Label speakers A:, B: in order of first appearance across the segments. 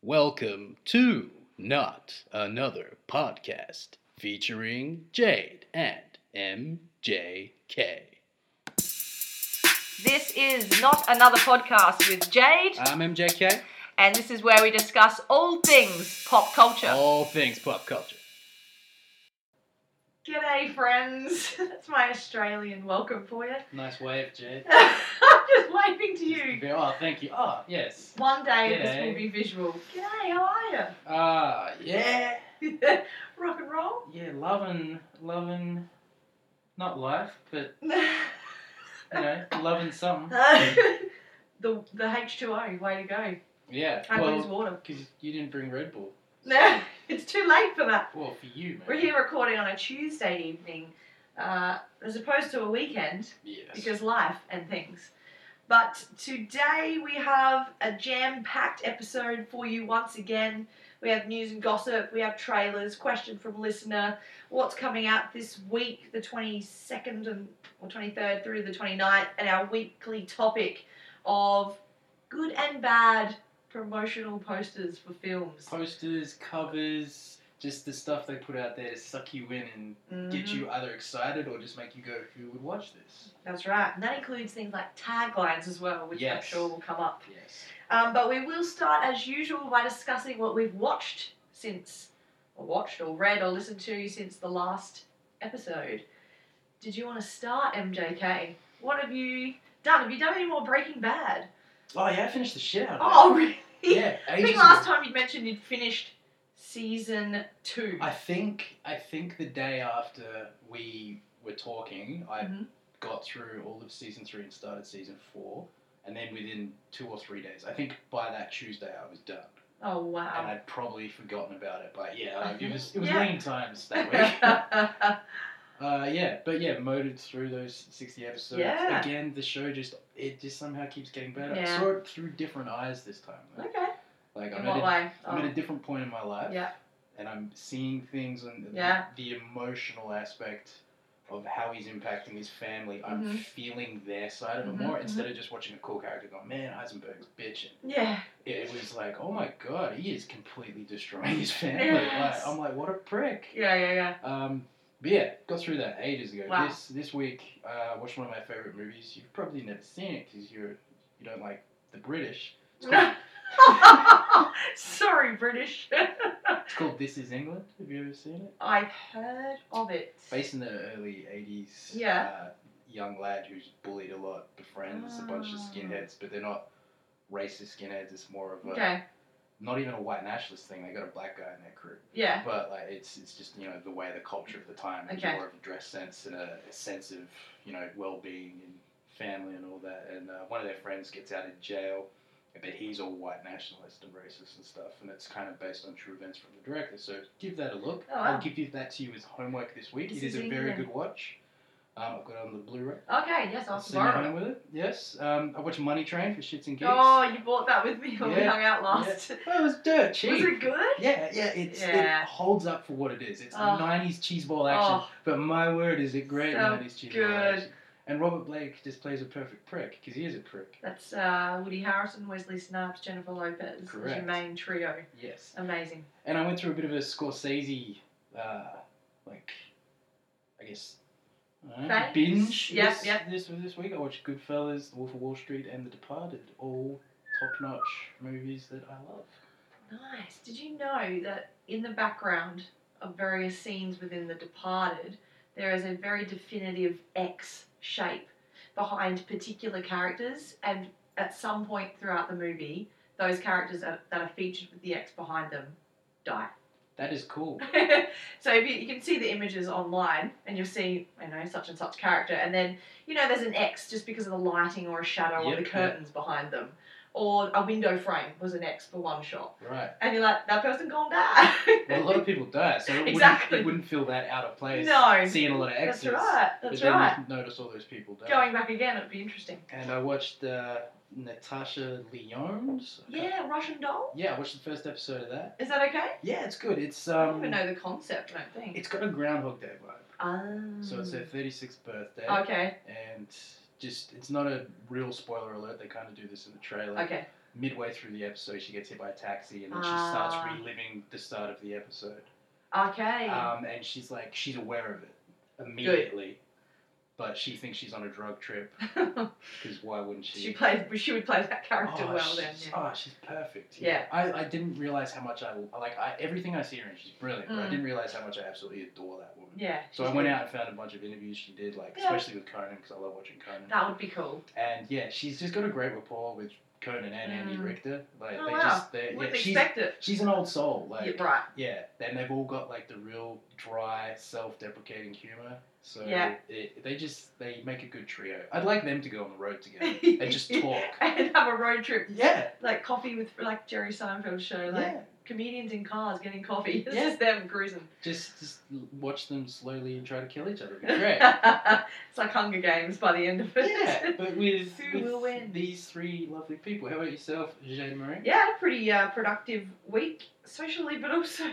A: Welcome to Not Another Podcast featuring Jade and MJK.
B: This is Not Another Podcast with Jade,
A: I'm MJK.
B: and this is where we discuss all things pop culture.
A: All things pop culture.
B: G'day, friends. That's my Australian welcome for you.
A: Nice wave, Jade.
B: I'm just waving to you.
A: Oh, thank you. Oh, yes.
B: One day this
A: G'day.
B: will be visual. G'day, how are
A: Ah, yeah.
B: you? Rock and roll?
A: Yeah, loving, loving, not life, but, you know, loving something.
B: the the H2O, way to go.
A: Yeah.
B: Can't lose water.
A: because you didn't bring Red Bull.
B: No, it's too late for that.
A: Well, for you, man.
B: We're here recording on a Tuesday evening uh, as opposed to a weekend.
A: Yes.
B: because life and things. But today we have a jam packed episode for you once again. We have news and gossip, we have trailers, question from listener, what's coming out this week, the 22nd and or 23rd through the 29th, and our weekly topic of good and bad promotional posters for films.
A: posters, covers, just the stuff they put out there to suck you in and get
B: Mhm.
A: you either excited or just make you go, who would watch this?
B: That's right. And that includes things like taglines as well, which I'm
A: Yes.
B: sure will come up.
A: Yes.
B: Um, but we will start as usual by discussing what we've watched since, or watched, or read, or listened to since the last episode. Did you want to start, MJK? What have you done? Have you done any more Breaking Bad?
A: Oh, yeah, I finished the shit out of
B: Oh, really?
A: it. Yeah,
B: I
A: ages
B: think
A: ago.
B: last time you'd mentioned you'd finished season two.
A: I think, I think the day after we were talking, I
B: Mhm.
A: got through all of season three and started season four. And then within two or three days, I think by that Tuesday I was done,
B: Oh,
A: and
B: wow.
A: I'd probably forgotten about it. But yeah, like, it was it was
B: Yeah.
A: lean times that week. Uh, yeah, but yeah, motored through those sixty episodes.
B: Yeah.
A: Again, the show just it just somehow keeps getting better. I
B: Yeah.
A: saw it through different eyes this time. though.
B: okay.
A: Like
B: In
A: I'm at,
B: what
A: a,
B: way?
A: I'm at a
B: Oh,
A: different point in my life.
B: yeah.
A: And I'm seeing things and the-
B: Yeah.
A: the, emotional aspect of how he's impacting his family. I'm
B: Mhm.
A: feeling their side of it
B: Mhm,
A: more instead of just watching a cool character going, "Man, Heisenberg's bitching."
B: Oh. Yeah.
A: It, it was like, "Oh my god, he is completely destroying his family."
B: Yes.
A: Like, I'm like, "What a prick."
B: Yeah, yeah, yeah.
A: Um, but yeah, got through that ages ago.
B: Wow.
A: This this week, uh, watched one of my favorite movies. You've probably never seen it because you're you don't like the British. It's called,
B: Sorry, British.
A: it's called This Is England. Have you ever seen it?
B: I've heard of it.
A: Based in the early '80s.
B: Yeah.
A: Uh, young lad who's bullied a lot, befriends a bunch of
B: Ah.
A: skinheads, but they're not racist skinheads. It's more of a
B: Okay.
A: not even a white nationalist thing. They got a black guy in their crew.
B: Yeah.
A: But like it's it's just you know the way the culture of the time it was
B: Okay.
A: more of a dress sense and a, a sense of you know well being and family and all that. And uh, one of their friends gets out of jail, but he's all white nationalist and racist and stuff. And it's kind of based on true events from the director. So give that a look.
B: Oh, wow.
A: I'll give you that to you as homework this week.
B: This
A: it is,
B: is
A: a very
B: England.
A: good watch. Um, I've got it on the Blu-ray.
B: Okay. Yes, I'll
A: Sitting at
B: borrow it.
A: home with it. Yes. Um, I watched Money Train for shits and gigs.
B: Oh, you bought that with me when we
A: Yeah.
B: hung out last.
A: Oh, it was dirt cheap.
B: Was it good?
A: Yeah, yeah, it's,
B: Yeah.
A: it holds up for what it is. It's
B: Oh.
A: 90s cheeseball action,
B: Oh,
A: but my word, is it great
B: So
A: 90s cheeseball
B: good.
A: action. And Robert Blake just plays a perfect prick, because he is a prick.
B: that's uh, Woody Harrison, Wesley Snipes, Jennifer Lopez. as Your
A: Correct.
B: main trio.
A: Yes.
B: Amazing.
A: And I went through a bit of a Scorsese, uh, like, I guess, I don't know,
B: Phase?
A: binge
B: Yep,
A: this,
B: yep.
A: This, this week. I watched Goodfellas, The Wolf of Wall Street, and The Departed. All top-notch movies that I love.
B: Nice. Did you know that in the background of various scenes within The Departed, there is a very definitive X shape behind particular characters, and at some point throughout the movie, those characters are, that are featured with the X behind them die.
A: That is cool.
B: so if you, you can see the images online, and you'll see, I know, such and such character, and then you know there's an X just because of the lighting or a shadow
A: Yep,
B: or the
A: yep.
B: curtains behind them, or a window frame was an X for one shot.
A: Right.
B: And you're like, that person gone die.
A: Well, a lot of people die, so it,
B: Exactly.
A: wouldn't, it wouldn't feel that out of place
B: No.
A: seeing a lot of
B: that's
A: exes.
B: right.
A: But
B: That's
A: then
B: right.
A: you notice all those people die.
B: Going back again, it'd be interesting.
A: And I watched uh, Natasha Lyonne's.
B: Yeah, Russian doll.
A: Yeah, I watched the first episode of that.
B: Is that okay?
A: Yeah, it's good. It's
B: I don't
A: um,
B: even know the concept. I don't think.
A: it's got a Groundhog Day vibe.
B: um,
A: So it's her 36th birthday,
B: Okay.
A: and just it's not a real spoiler alert. They kind of do this in the trailer.
B: Okay.
A: midway through the episode, she gets hit by a taxi, and then she starts
B: Ah.
A: reliving the start of the episode.
B: Okay.
A: Um, and she's like, she's aware of it immediately, but she thinks she's on a drug trip because why wouldn't she?
B: she played. She would play that character
A: oh,
B: well then.
A: she's,
B: Yeah.
A: oh, she's perfect.
B: Yeah.
A: I, I didn't realize how much I like I, everything I see her in. She's brilliant, but I
B: Mm.
A: didn't realize how much I absolutely adore that woman.
B: yeah.
A: So I went out and found a bunch of interviews she did, like
B: Yeah. Oh.
A: especially with Conan because I love watching Conan.
B: That would be cool.
A: And yeah, she's just got a great rapport with Conan and Andy
B: Mm.
A: Richter. Like
B: Oh,
A: they
B: wow.
A: just they yeah,
B: Wouldn't
A: she's
B: expect it.
A: she's an old soul. Like
B: You're right.
A: yeah, and they've all got like the real dry, self-deprecating humor. So
B: Yeah.
A: it, they just they make a good trio. I'd like them to go on the road together and just talk.
B: and have a road trip,
A: yeah,
B: like coffee with like Jerry Seinfeld show, like
A: yeah.
B: comedians in cars getting coffee. It's
A: Yeah.
B: just them cruising.
A: Just just l- watch them slowly and try to kill each other. It'd be great.
B: it's like Hunger Games by the end of it.
A: yeah, but with,
B: Who
A: with
B: will win?
A: these three lovely people. How about yourself, Jeanne Marie?
B: Yeah, pretty uh, productive week socially, but also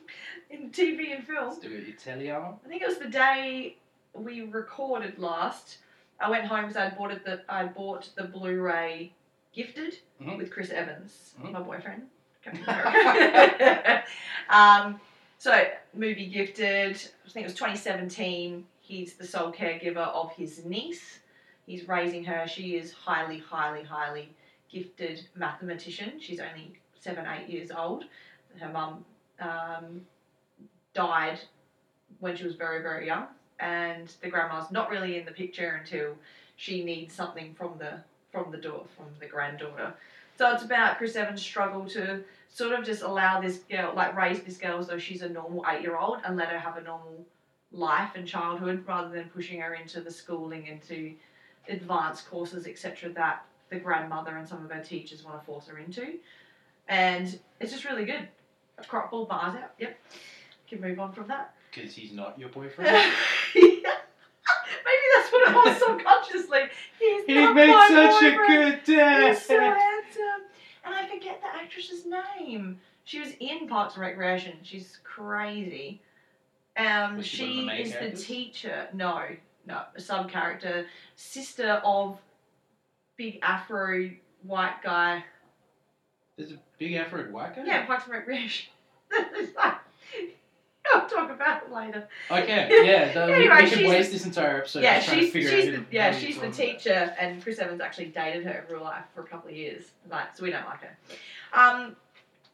B: in TV and film.
A: Let's do it. Italiano.
B: I think it was the day we recorded last. I went home because I bought it the I bought the Blu-ray gifted
A: Mhm.
B: with Chris Evans,
A: Mhm.
B: my boyfriend. Captain America. um, so movie gifted. I think it was 2017. He's the sole caregiver of his niece. He's raising her. She is highly, highly, highly gifted mathematician. She's only seven, eight years old. Her mum um, died when she was very, very young, and the grandma's not really in the picture until she needs something from the from the daughter, from the granddaughter. So it's about Chris Evans' struggle to sort of just allow this girl, like raise this girl as though she's a normal eight year old, and let her have a normal life and childhood, rather than pushing her into the schooling, into advanced courses, etc. That the grandmother and some of her teachers want to force her into, and it's just really good. A crop ball bars out. Yep, can move on from that.
A: Because he's not your boyfriend.
B: Maybe that's what it was subconsciously. He's
A: he
B: not
A: made
B: my
A: such a
B: boyfriend.
A: good dad.
B: He's so handsome. And I forget the actress's name. She was in Parks and Recreation. She's crazy. Um,
A: Was she one of
B: she
A: the main
B: is the
A: characters?
B: teacher. No, no, a sub character, sister of big Afro white guy.
A: There's a big Afro white guy?
B: Yeah, Parks and Recreation. I'll talk about it later.
A: Okay, yeah. The,
B: Anyway,
A: we should
B: she's-
A: waste this entire episode
B: yeah,
A: just trying
B: she's,
A: to figure
B: she's
A: out
B: the,
A: who, who
B: yeah,
A: you're
B: she's the
A: talking about.
B: teacher, and Chris Evans actually dated her in real life for a couple of years, like so we don't like her. Um,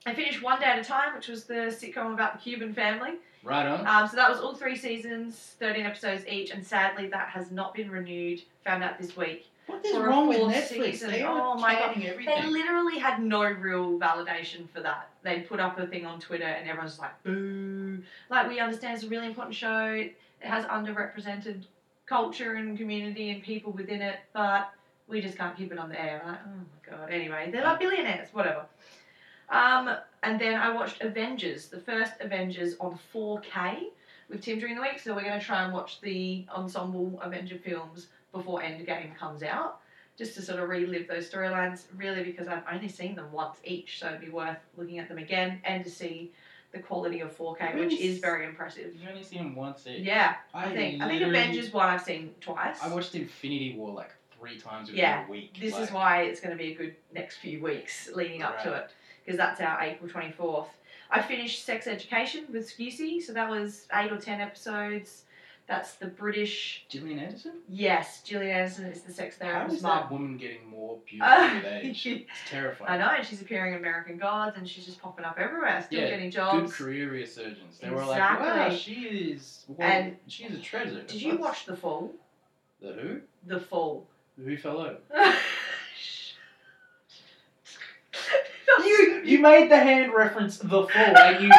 B: I finished One Day at a Time, which was the sitcom about the Cuban family.
A: Right on.
B: Um, so that was all three seasons, thirteen episodes each, and sadly that has not been renewed. Found out this week.
A: What is
B: for a
A: wrong with
B: full
A: Netflix?
B: season.
A: They are
B: Oh my
A: cutting
B: They
A: everything.
B: literally had no real validation for that. They put up a thing on Twitter, and everyone's like, "Boo!" Like we understand it's a really important show. It has underrepresented culture and community and people within it, but we just can't keep it on the air. Like, oh my god. Anyway, they're like billionaires, whatever. Um, and then I watched Avengers, the first Avengers on 4K with Tim during the week. So we're going to try and watch the ensemble Avenger films before Endgame comes out, just to sort of relive those storylines. Really, because I've only seen them once each, so it'd be worth looking at them again and to see the quality of 4K, which is very impressive.
A: You've only seen him once each.
B: Yeah, I think I think
A: literally-
B: Avengers one I've seen twice.
A: I watched Infinity War like three times within
B: Yeah,
A: a week.
B: This
A: like-
B: is why it's going to be a good next few weeks leading up to
A: Right.
B: it because that's our April 24th. I finished Sex Education with Scusi, so that was eight or ten episodes. That's the British.
A: Gillian Anderson?
B: Yes, Gillian Anderson is the sex
A: How is
B: therapist
A: that
B: mum.
A: woman getting more beautiful
B: Uh,
A: with age? It's terrifying.
B: I know, and she's appearing in American Gods and she's just popping up everywhere, still
A: Yeah,
B: getting
A: Good
B: jobs.
A: career resurgence. They were like, wow,
B: Exactly.
A: she is, well,
B: And-
A: she is a treasure.
B: Did you
A: What's-
B: watch The Fall?
A: The Who?
B: The Fall.
A: The Who fell over? You you made the hand reference the fall and you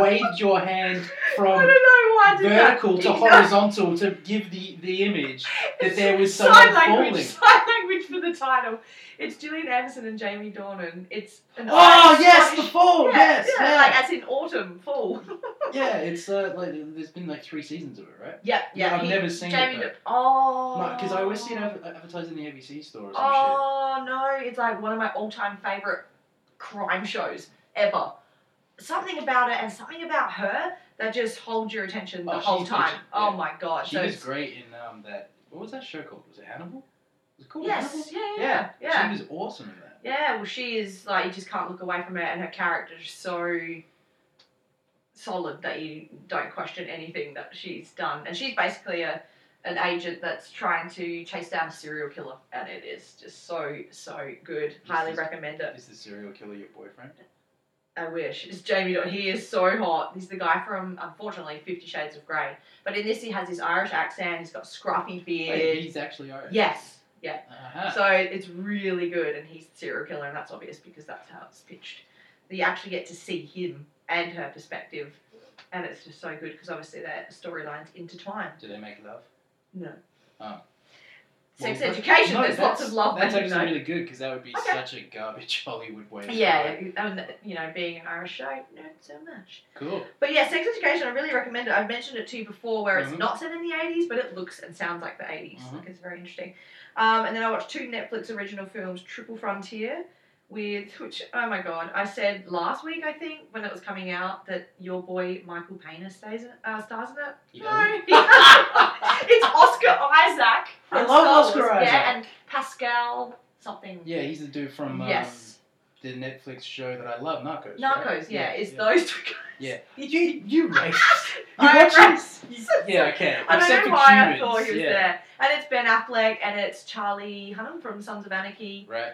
A: waved your hand
B: I
A: from
B: don't know why I did that.
A: vertical to
B: Exactly.
A: horizontal to give the, the image that there was
B: Sign
A: someone
B: language,
A: falling.
B: Sign language for the title. It's Gillian Anderson and Jamie Dornan. It's an
A: Oh
B: Irish
A: yes, the
B: Scottish-
A: fall.
B: yeah,
A: yes,
B: yeah,
A: yeah.
B: like as in autumn, fall.
A: Yeah, it's uh, like there's been like three seasons of it, right?
B: yeah, yeah.
A: I've
B: he-
A: never seen
B: Jamie.
A: it.
B: Dor- oh.
A: Because I always see it adver- advertised in the ABC store or some
B: Oh no, it's like one of my all-time favorite crime shows ever. Something about it and something about her that just holds your attention the
A: Oh,
B: whole
A: she's
B: time.
A: bitchin',
B: Oh
A: yeah.
B: my god.
A: shit. She
B: so
A: was
B: it's-
A: great in um, that. What was that show called? Was it Hannibal? Was it called
B: Yes,
A: Hannibal?
B: yeah, yeah, yeah.
A: Yeah.
B: yeah.
A: She was awesome in that.
B: Yeah, well, she is like you just can't look away from her, and her character is so solid that you don't question anything that she's done. And she's basically a an agent that's trying to chase down a serial killer, and it is just so so good.
A: Just
B: Highly
A: as-
B: recommend it.
A: Is the serial killer your boyfriend?
B: I wish. It's Jamie. Dot- He is so hot. He's the guy from unfortunately Fifty Shades of Grey, but in this he has his Irish accent. He's got scruffy
A: Wait,
B: beard.
A: he's actually Irish.
B: Yes. Yeah.
A: Uh-huh.
B: So it's really good, and he's a serial killer, and that's obvious because that's how it's pitched. You actually get to see him and her perspective, and it's just so good because obviously their storylines intertwined.
A: Do they make love?
B: No.
A: Oh.
B: Sex
A: Well,
B: education.
A: no,
B: there's lots
A: that's-
B: of love.
A: That's
B: there,
A: actually
B: you know.
A: really good because that would be
B: Okay.
A: such a garbage Hollywood way. to
B: Yeah,
A: go.
B: and you know, being an Irish show, not so much.
A: Cool.
B: But yeah, sex education, I really recommend it. I've mentioned it to you before where it's
A: Mhm.
B: not set in the 80s, but it looks and sounds like the 80s.
A: Mhm.
B: Like it's very interesting. Um, and then I watched two Netflix original films, Triple Frontier, with which, oh my god, I said last week, I think, when it was coming out, that your boy Michael Payner stays in, uh, stars in it.
A: He
B: no,
A: doesn't?
B: he doesn't. it's Oscar Isaac.
A: I
B: from
A: love
B: Star Wars.
A: Oscar
B: Yeah,
A: Isaac.
B: and Pascal something.
A: Yeah, he's the dude from um,
B: yes.
A: the Netflix show that I love, Narcos. right?
B: Narcos, yeah, it's
A: yeah.
B: those two guys.
A: Yeah. You you racist. You
B: I'm
A: watch it?
B: racist.
A: Yeah, okay.
B: I don't
A: Except
B: know
A: for
B: why
A: humans.
B: I thought he was
A: yeah.
B: there. And it's Ben Affleck and it's Charlie Hunnam from Sons of Anarchy.
A: Right.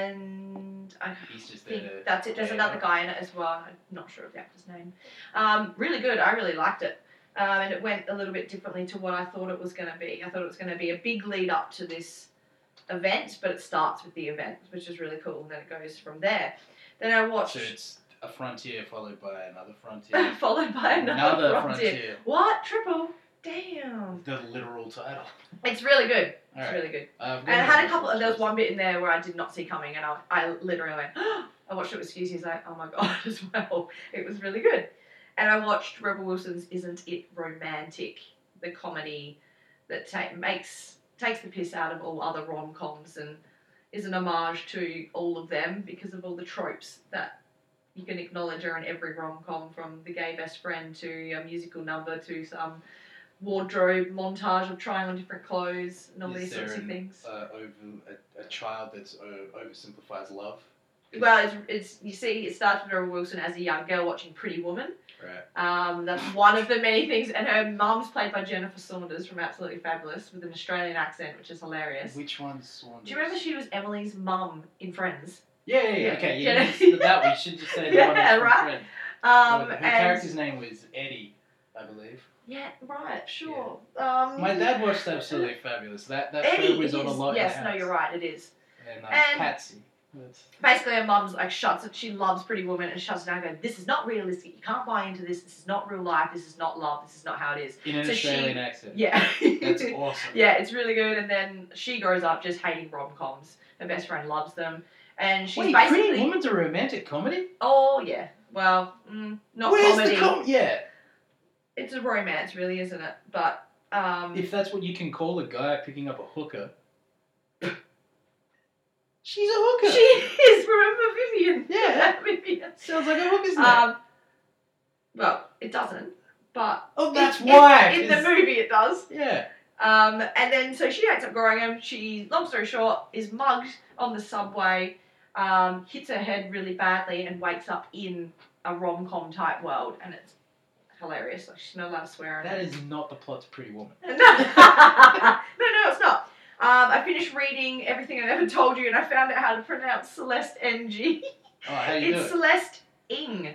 B: And I
A: He's just there.
B: think
A: to-
B: that's it. There's
A: yeah.
B: another guy in it as well. I'm not sure of the actor's name. Um, really good. I really liked it. Um, and it went a little bit differently to what I thought it was going to be. I thought it was going to be a big lead up to this event, but it starts with the event, which is really cool. And then it goes from there. Then I watched,
A: So it's a frontier followed by another frontier.
B: followed by another, frontier.
A: frontier.
B: What? Triple? Damn.
A: The literal title.
B: It's really good.
A: All right.
B: It's really good.
A: Uh, I've got
B: And I had
A: another
B: a couple. There was
A: choice.
B: one bit in there where I did not see coming, and I, I literally went. I watched it with Susie. He's like, "Oh my god!" As well, it was really good. And I watched Rebel Wilson's "Isn't It Romantic," the comedy that ta- makes takes the piss out of all other rom coms and is an homage to all of them because of all the tropes that you can acknowledge are in every rom com, from the gay best friend to a musical number to some wardrobe montage of trying on different clothes and all
A: Is
B: these
A: there
B: sorts of
A: an-
B: things.
A: Uh, over a, a child that's uh, oversimplifies love.
B: Well, it's, it's you see, it starts with Rebel Wilson as a young girl watching Pretty Woman.
A: Right.
B: Um, that's one of the many things, and her mum's played by Jennifer Saunders from Absolutely Fabulous with an Australian accent, which is hilarious.
A: Which one's Saunders?
B: Do you remember she was Emily's mum in Friends?
A: Yeah, yeah,
B: Yeah.
A: yeah. Okay,
B: Yeah.
A: yeah. you missed that we should just say the
B: Yeah,
A: one that's from
B: right.
A: Friends.
B: Um,
A: Oh, Her
B: and
A: character's name was Eddie, I believe.
B: yeah, right, sure. Um,
A: My dad watched Absolutely Fabulous. That that
B: Eddie
A: show was on a
B: is-
A: lot. in
B: Yes,
A: the
B: no,
A: house.
B: you're right. It is.
A: And, uh,
B: And-
A: Patsy. That's-
B: basically her mum's like shuts it. She loves Pretty Woman and shuts it down. Going, this is not realistic. You can't buy into this. This is not real life. This is not love. This is not how it is.
A: in an
B: So she-
A: Australian accent.
B: Yeah.
A: That's awesome.
B: Yeah, it's really good. And then she grows up just hating rom coms. Her best friend loves them, and she's
A: Wait,
B: basically
A: Pretty Woman's a romantic comedy?
B: oh yeah, well mm, not
A: Where's
B: comedy.
A: the com- Yeah,
B: it's a romance, really, isn't it? But um,
A: if that's what you can call a guy picking up a hooker. She's a hooker.
B: she is. Remember Vivian?
A: Yeah.
B: Vivian.
A: Sounds like a hooker's name.
B: Um, well, it doesn't, but
A: oh, that's
B: in-
A: why.
B: in the
A: 'cause-
B: movie it does.
A: Yeah.
B: Um, and then so she ends up growing up. She, long story short, is mugged on the subway, um, hits her head really badly, and wakes up in a rom com type world, and it's hilarious. Like she's not allowed to swear. in
A: That
B: it.
A: is not the plot to Pretty Woman.
B: no, no, no, it's not. Um, I finished reading everything I've ever told you, and I found out how to pronounce Celeste Ng.
A: Oh, how you do
B: it's
A: it?
B: Celeste Ng.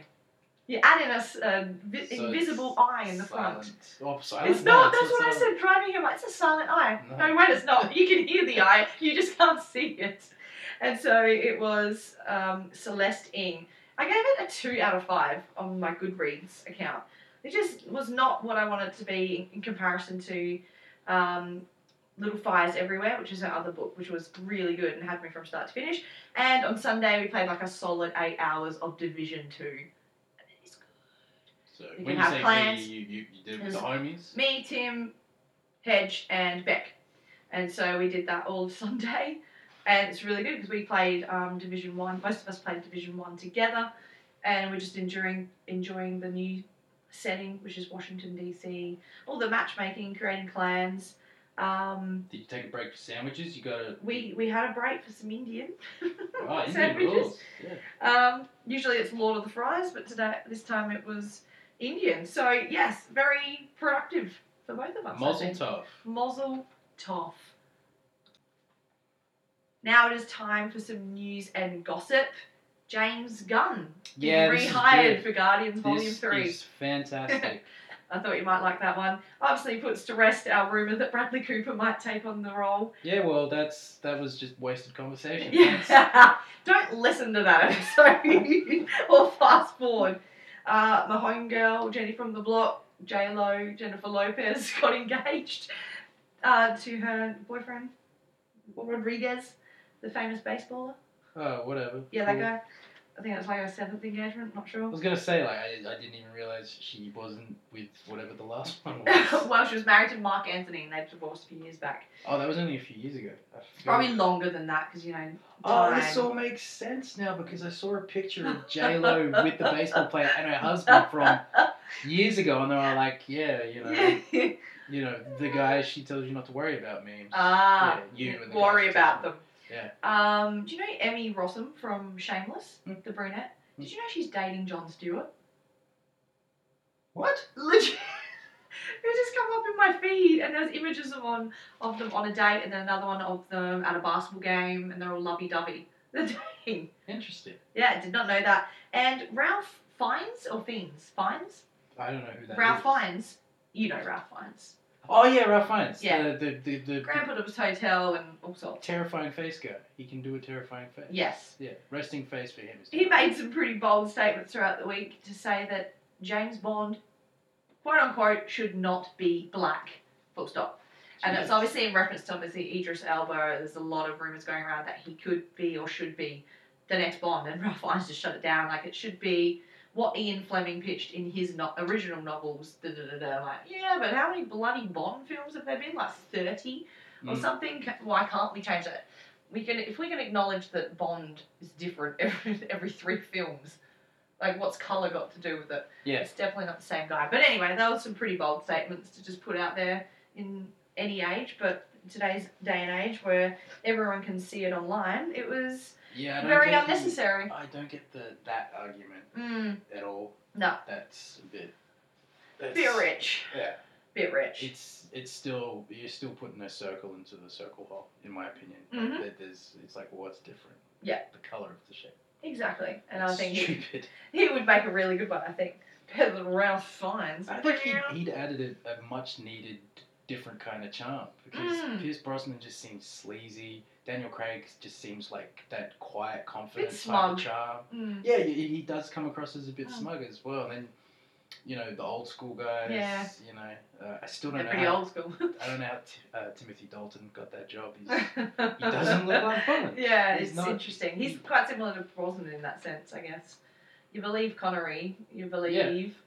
B: You add in a s- a vi-
A: So
B: invisible
A: it's
B: eye in the front.
A: silent. Oh, silent?
B: It's not.
A: No,
B: That's what I
A: silent.
B: said. Driving him, like, it's a silent eye. No.
A: No.
B: wait, it's not. You can hear the eye. You just can't see it. And so it was um, Celeste Ng. I gave it a two out of five on my Goodreads account. It just was not what I wanted to be in comparison to um, Little Fires Everywhere, which is her other book, which was really good and had me from start to finish. And on Sunday we played like a solid eight hours of Division Two. It's good.
A: So
B: can
A: when you
B: have
A: say
B: plans.
A: we, you, you, you did it
B: There's-
A: with the homies?
B: me, Tim, Hedge, and Beck. And so we did that all of Sunday, and it's really good because we played um, Division One. Most of us played Division One together, and we're just enjoying enjoying the new setting, which is Washington DC. All the matchmaking, creating clans, Um,
A: Did you take a break for sandwiches? You got a
B: we we had a break for some Indian.
A: oh, Indian
B: sandwiches.
A: rules. Yeah.
B: Um, usually it's Lord of the Fries, but today this time it was Indian. So yes, very productive for both of us. I
A: Mazel
B: think.
A: tov.
B: Mazel tov. Now it is time for some news and gossip. James Gunn being
A: Yeah, this is
B: rehired
A: good.
B: for Guardians Volume
A: This
B: Three.
A: is fantastic.
B: I thought you might like that one. Obviously puts to rest our rumor that Bradley Cooper might take on the role.
A: yeah, well, that's that was just wasted conversation. That's-
B: Yeah. Don't listen to that episode or fast forward. Uh, my homegirl, Jenny from the block, J Lo, Jennifer Lopez got engaged uh, to her boyfriend, Rodriguez, the famous baseballer.
A: Oh, whatever.
B: Yeah,
A: Cool.
B: that guy. I think it was like her seventh engagement, not
A: I
B: sure.
A: was gonna say like I, I didn't even realize she wasn't with whatever the last one was.
B: well, she was married to Mark Anthony and they've divorced a few years back.
A: oh, that was only a few years ago. I forgot.
B: Probably longer than that because, you know,
A: Oh,
B: time.
A: this all makes sense now because I saw a picture of J Lo with the baseball player and her husband from years ago, and they were like, "Yeah, you know,
B: Yeah.
A: you know, the guy she tells you not to worry about memes.
B: Ah,
A: Yeah, you
B: you
A: and the
B: worry
A: guys
B: about them.
A: doesn't- yeah.
B: Um, do you know Emmy Rossum from Shameless,
A: Mm.
B: the brunette?
A: Mm.
B: Did you know she's dating John Stewart?
A: What?
B: Legit. It just come up in my feed, and there's images of on of them on a date, and then another one of them at a basketball game, and they're all lovey dovey. They're dating.
A: Interesting.
B: Yeah, I did not know that. And Ralph Fiennes or Fiennes, Fiennes,
A: I don't know who that is.
B: Ralph Fiennes. You know Ralph Fiennes,
A: Oh yeah, Ralph Fiennes.
B: Yeah.
A: The the the, the
B: Grandpa of his hotel and all sorts.
A: terrifying face guy. He can do a terrifying face.
B: Yes.
A: Yeah. Resting face for him. Is
B: he made some pretty bold statements throughout the week to say that James Bond, quote unquote, should not be black. Full stop. And it's obviously in reference to obviously Idris Elba. There's a lot of rumors going around that he could be or should be the next Bond, and Ralph Fiennes just shut it down. Like it should be what Ian Fleming pitched in his no- original novels. Da, da, da, da. I'm Like yeah, but how many bloody Bond films have there been? Like thirty or
A: Mm.
B: something. Ca- Why can't we change that? We can if we can acknowledge that Bond is different every every three films. Like what's color got to do with it?
A: Yeah.
B: It's definitely not the same guy. But anyway, that was some pretty bold statements to just put out there in any age, but today's day and age where everyone can see it online, it was
A: Yeah. I don't
B: very
A: get the-
B: unnecessary.
A: I don't get the that argument
B: Mm,
A: at all.
B: no,
A: That's a bit. That's,
B: bit rich,
A: Yeah.
B: bit rich.
A: It's it's still you're still putting a circle into the circle hole, in my opinion.
B: Mhm.
A: That there's it's like well, what's different?
B: Yeah.
A: The color of the shape.
B: Exactly, and I think he,
A: stupid.
B: he would make a really good one. I think better than Ralph Fiennes.
A: I think he'd, he'd added a, a much needed different kind of charm because
B: Mm.
A: Pierce Brosnan just seems sleazy. Daniel Craig just seems like that quiet,
B: Bit
A: confident type
B: smug.
A: of charm.
B: Mm,
A: Yeah, he, he does come across as a bit
B: Mm.
A: smug as well. And then, you know, the old school guys.
B: Yeah.
A: You know, uh, I still
B: they're
A: don't know.
B: pretty
A: How,
B: old school.
A: I don't know how t- uh, Timothy Dalton got that job. He's, he doesn't look like Bond.
B: Yeah,
A: He's
B: it's
A: not-
B: interesting. He's quite similar to Brosnan in that sense, I guess. You believe Connery, you believe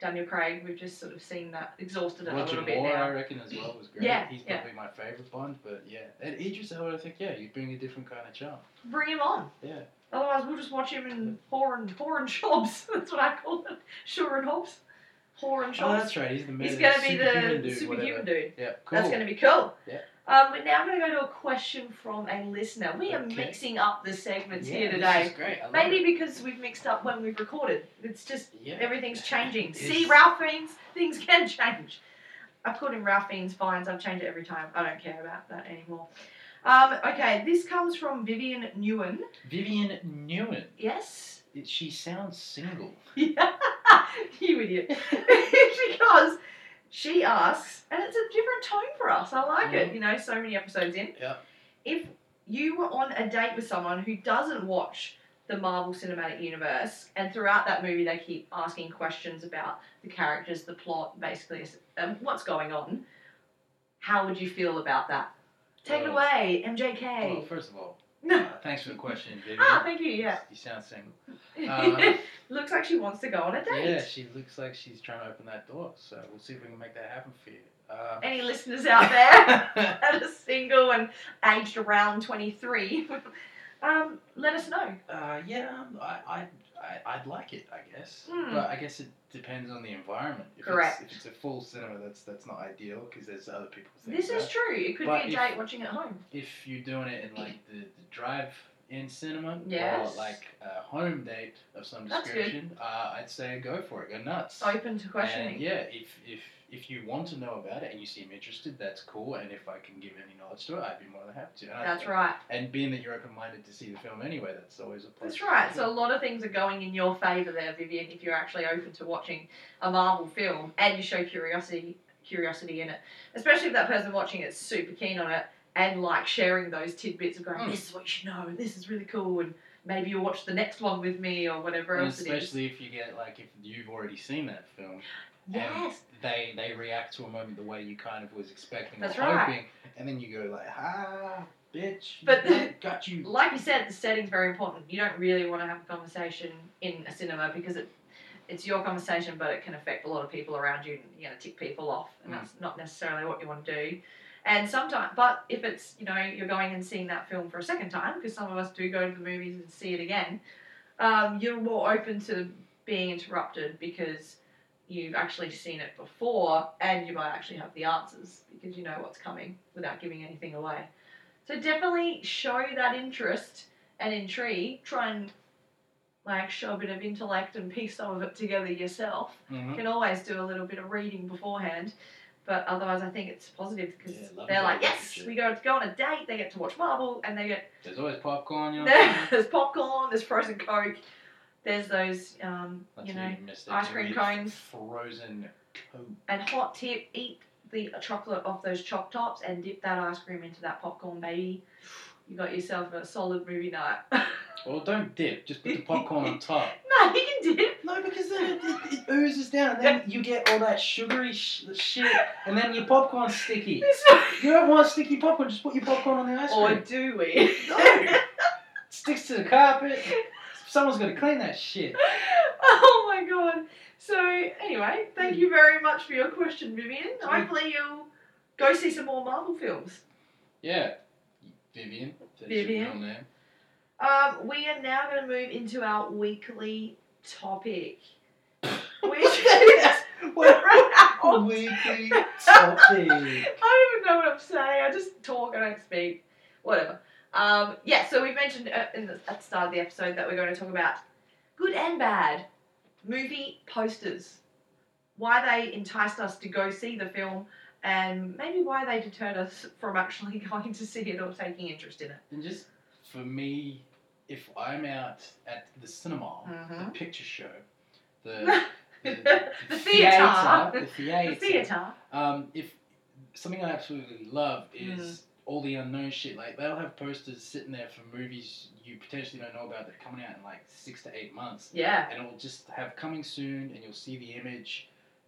B: Daniel Craig. We've just sort of seen that exhausted it a
A: Roger
B: little bit
A: Moore, I
B: now.
A: reckon, as well, was great.
B: Yeah,
A: He's
B: yeah.
A: probably my favourite Bond, but yeah. And Idris Elba, I think, yeah, you bring a different kind of charm.
B: Bring him on.
A: Yeah.
B: Otherwise, we'll just watch him in whore and whore and Shobbs. That's what I call it. Sure and Hobbs. Whore and
A: Oh,
B: Shobbs.
A: that's right. He's the
B: He's
A: man-
B: going to be
A: superhuman
B: the
A: dude,
B: superhuman
A: whatever.
B: dude.
A: Yeah, cool.
B: That's going to be cool.
A: Yeah.
B: Um, we're now going to go to a question from a listener. We are
A: Okay.
B: mixing up the segments
A: yeah,
B: here
A: this
B: today.
A: is great. I love it.
B: Maybe because we've mixed up when we've recorded. It's just
A: Yeah.
B: Everything's changing.
A: Yes.
B: See, Ralph Fiennes, things can change. I've called him Ralph Fiennes Fines. I've changed it every time. I don't care about that anymore. Um, okay, this comes from Vivian Newen.
A: Vivian Newman.
B: Yes?
A: It- She sounds single.
B: you idiot. because she asks, and it's a different tone for us. I like it.
A: Mhm.
B: You know, so many episodes in.
A: Yeah.
B: If you were on a date with someone who doesn't watch the Marvel Cinematic Universe, and throughout that movie, they keep asking questions about the characters, the plot, basically um, what's going on. How would you feel about that? Take it
A: Uh,
B: away, MJK.
A: Well, first of all,
B: No.
A: uh, thanks for the question, Vivian.
B: Ah, thank you. Yeah.
A: You sound single. Uh,
B: Looks like she wants to go on a date.
A: yeah, she looks like she's trying to open that door, so we'll see if we can make that happen for you. Um,
B: Any listeners out there? that is single and aged around 23, um, let us know.
A: Uh, yeah, I, I, I, I'd like it, I guess.
B: Hmm.
A: But I guess it depends on the environment. If
B: Correct.
A: It's, if it's a full cinema, that's that's not ideal because there's other people.
B: This is true. It could
A: But
B: be a
A: if-
B: date watching at home.
A: if you're doing it in like the, the drive-in cinema
B: Yes.
A: or like a home date of some
B: That's good. Oh,
A: description, uh, I'd say go for it. Go nuts.
B: It's open to questioning.
A: And yeah, if if if you want to know about it and you seem interested, that's cool. And if I can give any knowledge to it, I'd be more than happy to. And I-
B: That's right.
A: And being that you're open-minded to see the film anyway, that's always a plus.
B: That's right. So a lot of things are going in your favour there, Vivian, if you're actually open to watching a Marvel film and you show curiosity curiosity in it. Especially if that person watching it's super keen on it and like sharing those tidbits of going,
A: Mm.
B: This is what you should know, and this is really cool and maybe you'll watch the next one with me or whatever
A: And
B: else it is.
A: especially um, if you get like if you've already seen that film, and
B: Yes.
A: they they react to a moment the way you kind of was expecting
B: That's
A: or
B: right.
A: hoping, and then you go like, ah, bitch, you
B: But the-
A: got- got you.
B: Like you said, the setting's very important. You don't really want to have a conversation in a cinema because it it's your conversation, but it can affect a lot of people around you, and you know, tick people off, and
A: Mm.
B: that's not necessarily what you want to do. And sometimes, but if it's you know you're going and seeing that film for a second time, because some of us do go to the movies and see it again, um, you're more open to being interrupted because you've actually seen it before, and you might actually have the answers because you know what's coming without giving anything away. So definitely show that interest and intrigue. Try and like show a bit of intellect and piece some of it together yourself.
A: Mhm.
B: You can always do a little bit of reading beforehand, but otherwise I think it's positive because
A: Yeah, love
B: they're
A: that
B: like,
A: little
B: yes,
A: shit."
B: we go go on a date. They get to watch Marvel and they get
A: There's always popcorn, you know.
B: there's popcorn, there's frozen coke, there's those um,
A: That's
B: you know,
A: a mistake.
B: ice
A: You
B: cream
A: eat
B: cones.
A: Frozen coke.
B: and hot tip eat the chocolate off those choc tops and dip that ice cream into that popcorn, baby. You got yourself a solid movie night.
A: Well, don't dip. Just put the popcorn on top.
B: No, you can dip.
A: No, because then it, it, it oozes down, and then you get all that sugary sh- shit, and then your popcorn's sticky.
B: It's Oh,
A: You don't want sticky popcorn. Just put your popcorn on the ice
B: not- Or
A: cream.
B: do we?
A: No. Sticks to the carpet. Someone's gonna clean that shit.
B: oh my god. So anyway, thank you very much for your question, Vivian. Hopefully you'll go see some more Marvel films.
A: Yeah, Vivian. That's
B: Vivian.
A: Your real name.
B: Um, we are now going to move into our weekly topic, which is
A: What?
B: round.
A: Weekly topic.
B: I don't even know what I'm saying. I just talk. I don't speak. Whatever. Um, yeah. So we mentioned uh, in the, at the start of the episode that we're going to talk about good and bad movie posters. Why they enticed us to go see the film, and maybe why they deterred us from actually going to see it or taking interest in it.
A: And just for me, if I'm out at the cinema,
B: Mhm.
A: the picture show, the the,
B: The theatre.
A: the theater,
B: The theatre.
A: Um, if something I absolutely love is
B: Mm-hmm.
A: all the unknown shit. Like they'll have posters sitting there for movies you potentially don't know about that are coming out in like six to eight months,
B: Yeah.
A: and it'll just have coming soon, and you'll see the image.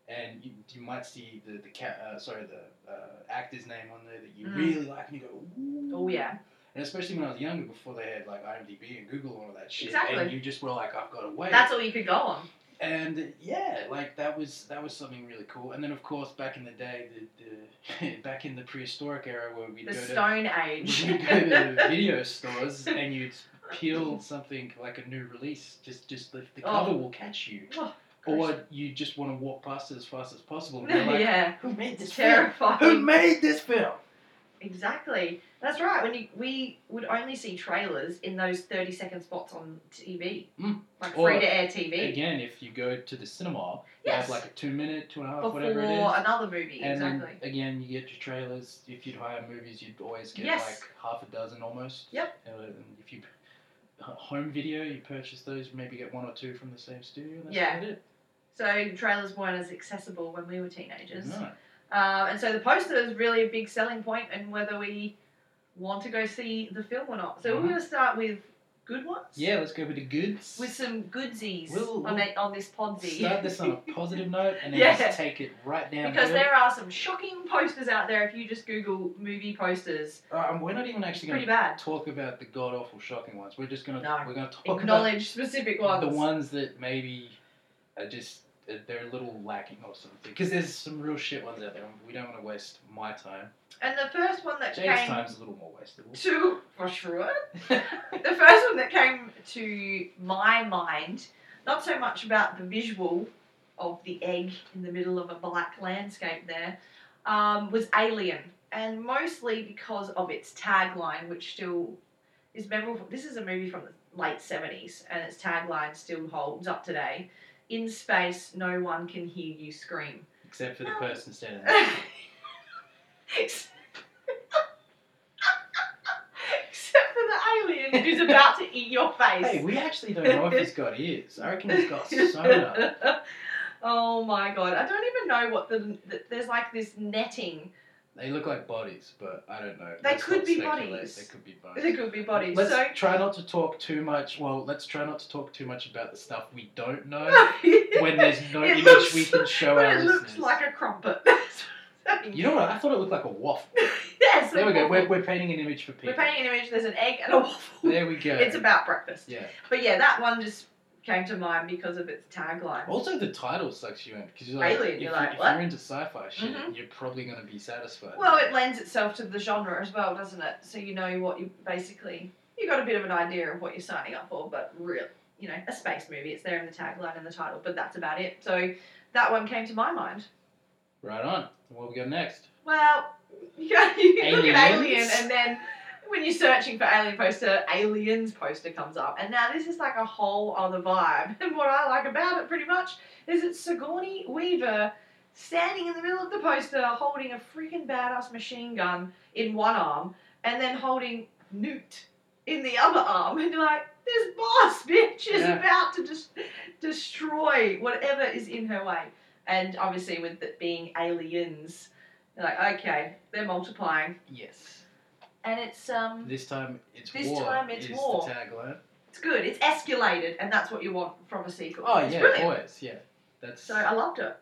A: And you, you might see the the ca- uh, sorry the uh, actor's name on there that you
B: Mm.
A: really like, and you go, Ooh.
B: Oh yeah.
A: And especially when I was younger, before they had like IMDb and Google and all that shit, and
B: Exactly.
A: you just were like, I've got to wait.
B: That's all you could go on.
A: and yeah, like that was that was something really cool. And then of course, back in the day, the, the back in the prehistoric era where we'd
B: The
A: go
B: Stone
A: to
B: Age.
A: we'd go to video stores and you'd peel something like a new release, just just the, the cover
B: Oh.
A: will catch you,
B: Oh,
A: or you just want to walk past it as fast as possible. And you're like,
B: yeah.
A: Who made this film?
B: Terrifying.
A: Who made this film?
B: Exactly. That's right. When you, we would only see trailers in those thirty second spots on TV,
A: Mm.
B: like
A: Or-
B: free to air TV.
A: Again, if you go to the cinema, you
B: yes.
A: have like a two minute, two and a half,
B: before
A: whatever it is.
B: another movie,
A: And then,
B: exactly.
A: again, you get your trailers. If you'd hire movies, you'd always get
B: Yes.
A: like half a dozen almost.
B: Yep.
A: Uh, and if you h- home video, you purchase those. You maybe get one or two from the same studio. And that's
B: Yeah.
A: about it.
B: So trailers weren't as accessible when we were teenagers.
A: No.
B: Um, and so the poster is really a big selling point and whether we want to go see the film or not. So
A: Mhm.
B: we're going to start with good ones.
A: Yeah, let's go with the goods.
B: With some goodsies
A: We'll- we'll
B: on, the, on this podsie.
A: Start this on a positive note, and then
B: Yeah.
A: just take it right down.
B: because there are some shocking posters out there if you just Google movie posters.
A: um, we're not even actually
B: Pretty
A: going
B: bad.
A: to talk about the god awful shocking ones. We're just going to
B: No.
A: we're going to talk about
B: acknowledge specific ones.
A: the ones that maybe are just uh, they're a little lacking or something. Because there's some real shit ones out there. and We don't want to waste my time.
B: And the first one that
A: James'
B: came
A: time's a little more wasteful.
B: to for sure, the first one that came to my mind Not so much about the visual of the egg in the middle of a black landscape there, um, was Alien. And mostly because of its tagline, which still is memorable. This is a movie from the late 70s, and its tagline still holds up today. In space, no one can hear you scream.
A: Except for the
B: No.
A: person standing there.
B: Except for the alien who's about to eat your face.
A: Hey, we actually don't know if he's got ears. I reckon he's got sonar.
B: oh my god! I don't even know what the, the there's like this netting.
A: They look like bodies, but I don't know.
B: They could
A: not
B: be
A: speculate.
B: bodies.
A: They could be bodies.
B: There could be bodies.
A: Let's
B: so
A: try not to talk too much. Well, let's try not to talk too much about the stuff we don't know when
B: when
A: there's no
B: It
A: image
B: looks-
A: we can show our
B: it looks
A: listeners.
B: like a crumpet.
A: you know what? I thought it looked like a waffle.
B: yes.
A: There we go. We're,
B: We're,
A: we're painting an image for people.
B: painting an image. There's an egg and a waffle.
A: There we go.
B: It's about breakfast.
A: yeah.
B: But yeah, that one just came to mind because of its tagline.
A: Also, the title sucks you in because you're like,
B: Alien,
A: if,
B: you're
A: you-
B: like,
A: if
B: what?
A: you're into sci-fi shit,
B: Mhm.
A: you're probably gonna be satisfied.
B: Well, it lends itself to the genre as well, doesn't it? So you know what you basically you got a bit of an idea of what you're signing up for, but real, you know, a space movie. It's there in the tagline and the title, but that's about it. So that one came to my mind.
A: right on. What we got next?
B: Well, you, go, you look at
A: Aliens?
B: Alien, and then when you're searching for Alien poster, Aliens poster comes up, and now this is like a whole other vibe. And what I like about it, pretty much, is it's Sigourney Weaver standing in the middle of the poster, holding a freaking badass machine gun in one arm, and then holding Newt in the other arm, and you're like, this boss bitch is
A: Yeah.
B: about to just destroy whatever is in her way. And obviously, with it being aliens, you're like, okay, they're multiplying,
A: Yes.
B: and it's um,
A: This time it's
B: This
A: war.
B: time it's
A: is
B: war.
A: the tagline.
B: it's good, it's escalated, and that's what you want from a sequel.
A: Oh
B: it's
A: yeah,
B: brilliant.
A: always yeah. That's
B: So I loved it.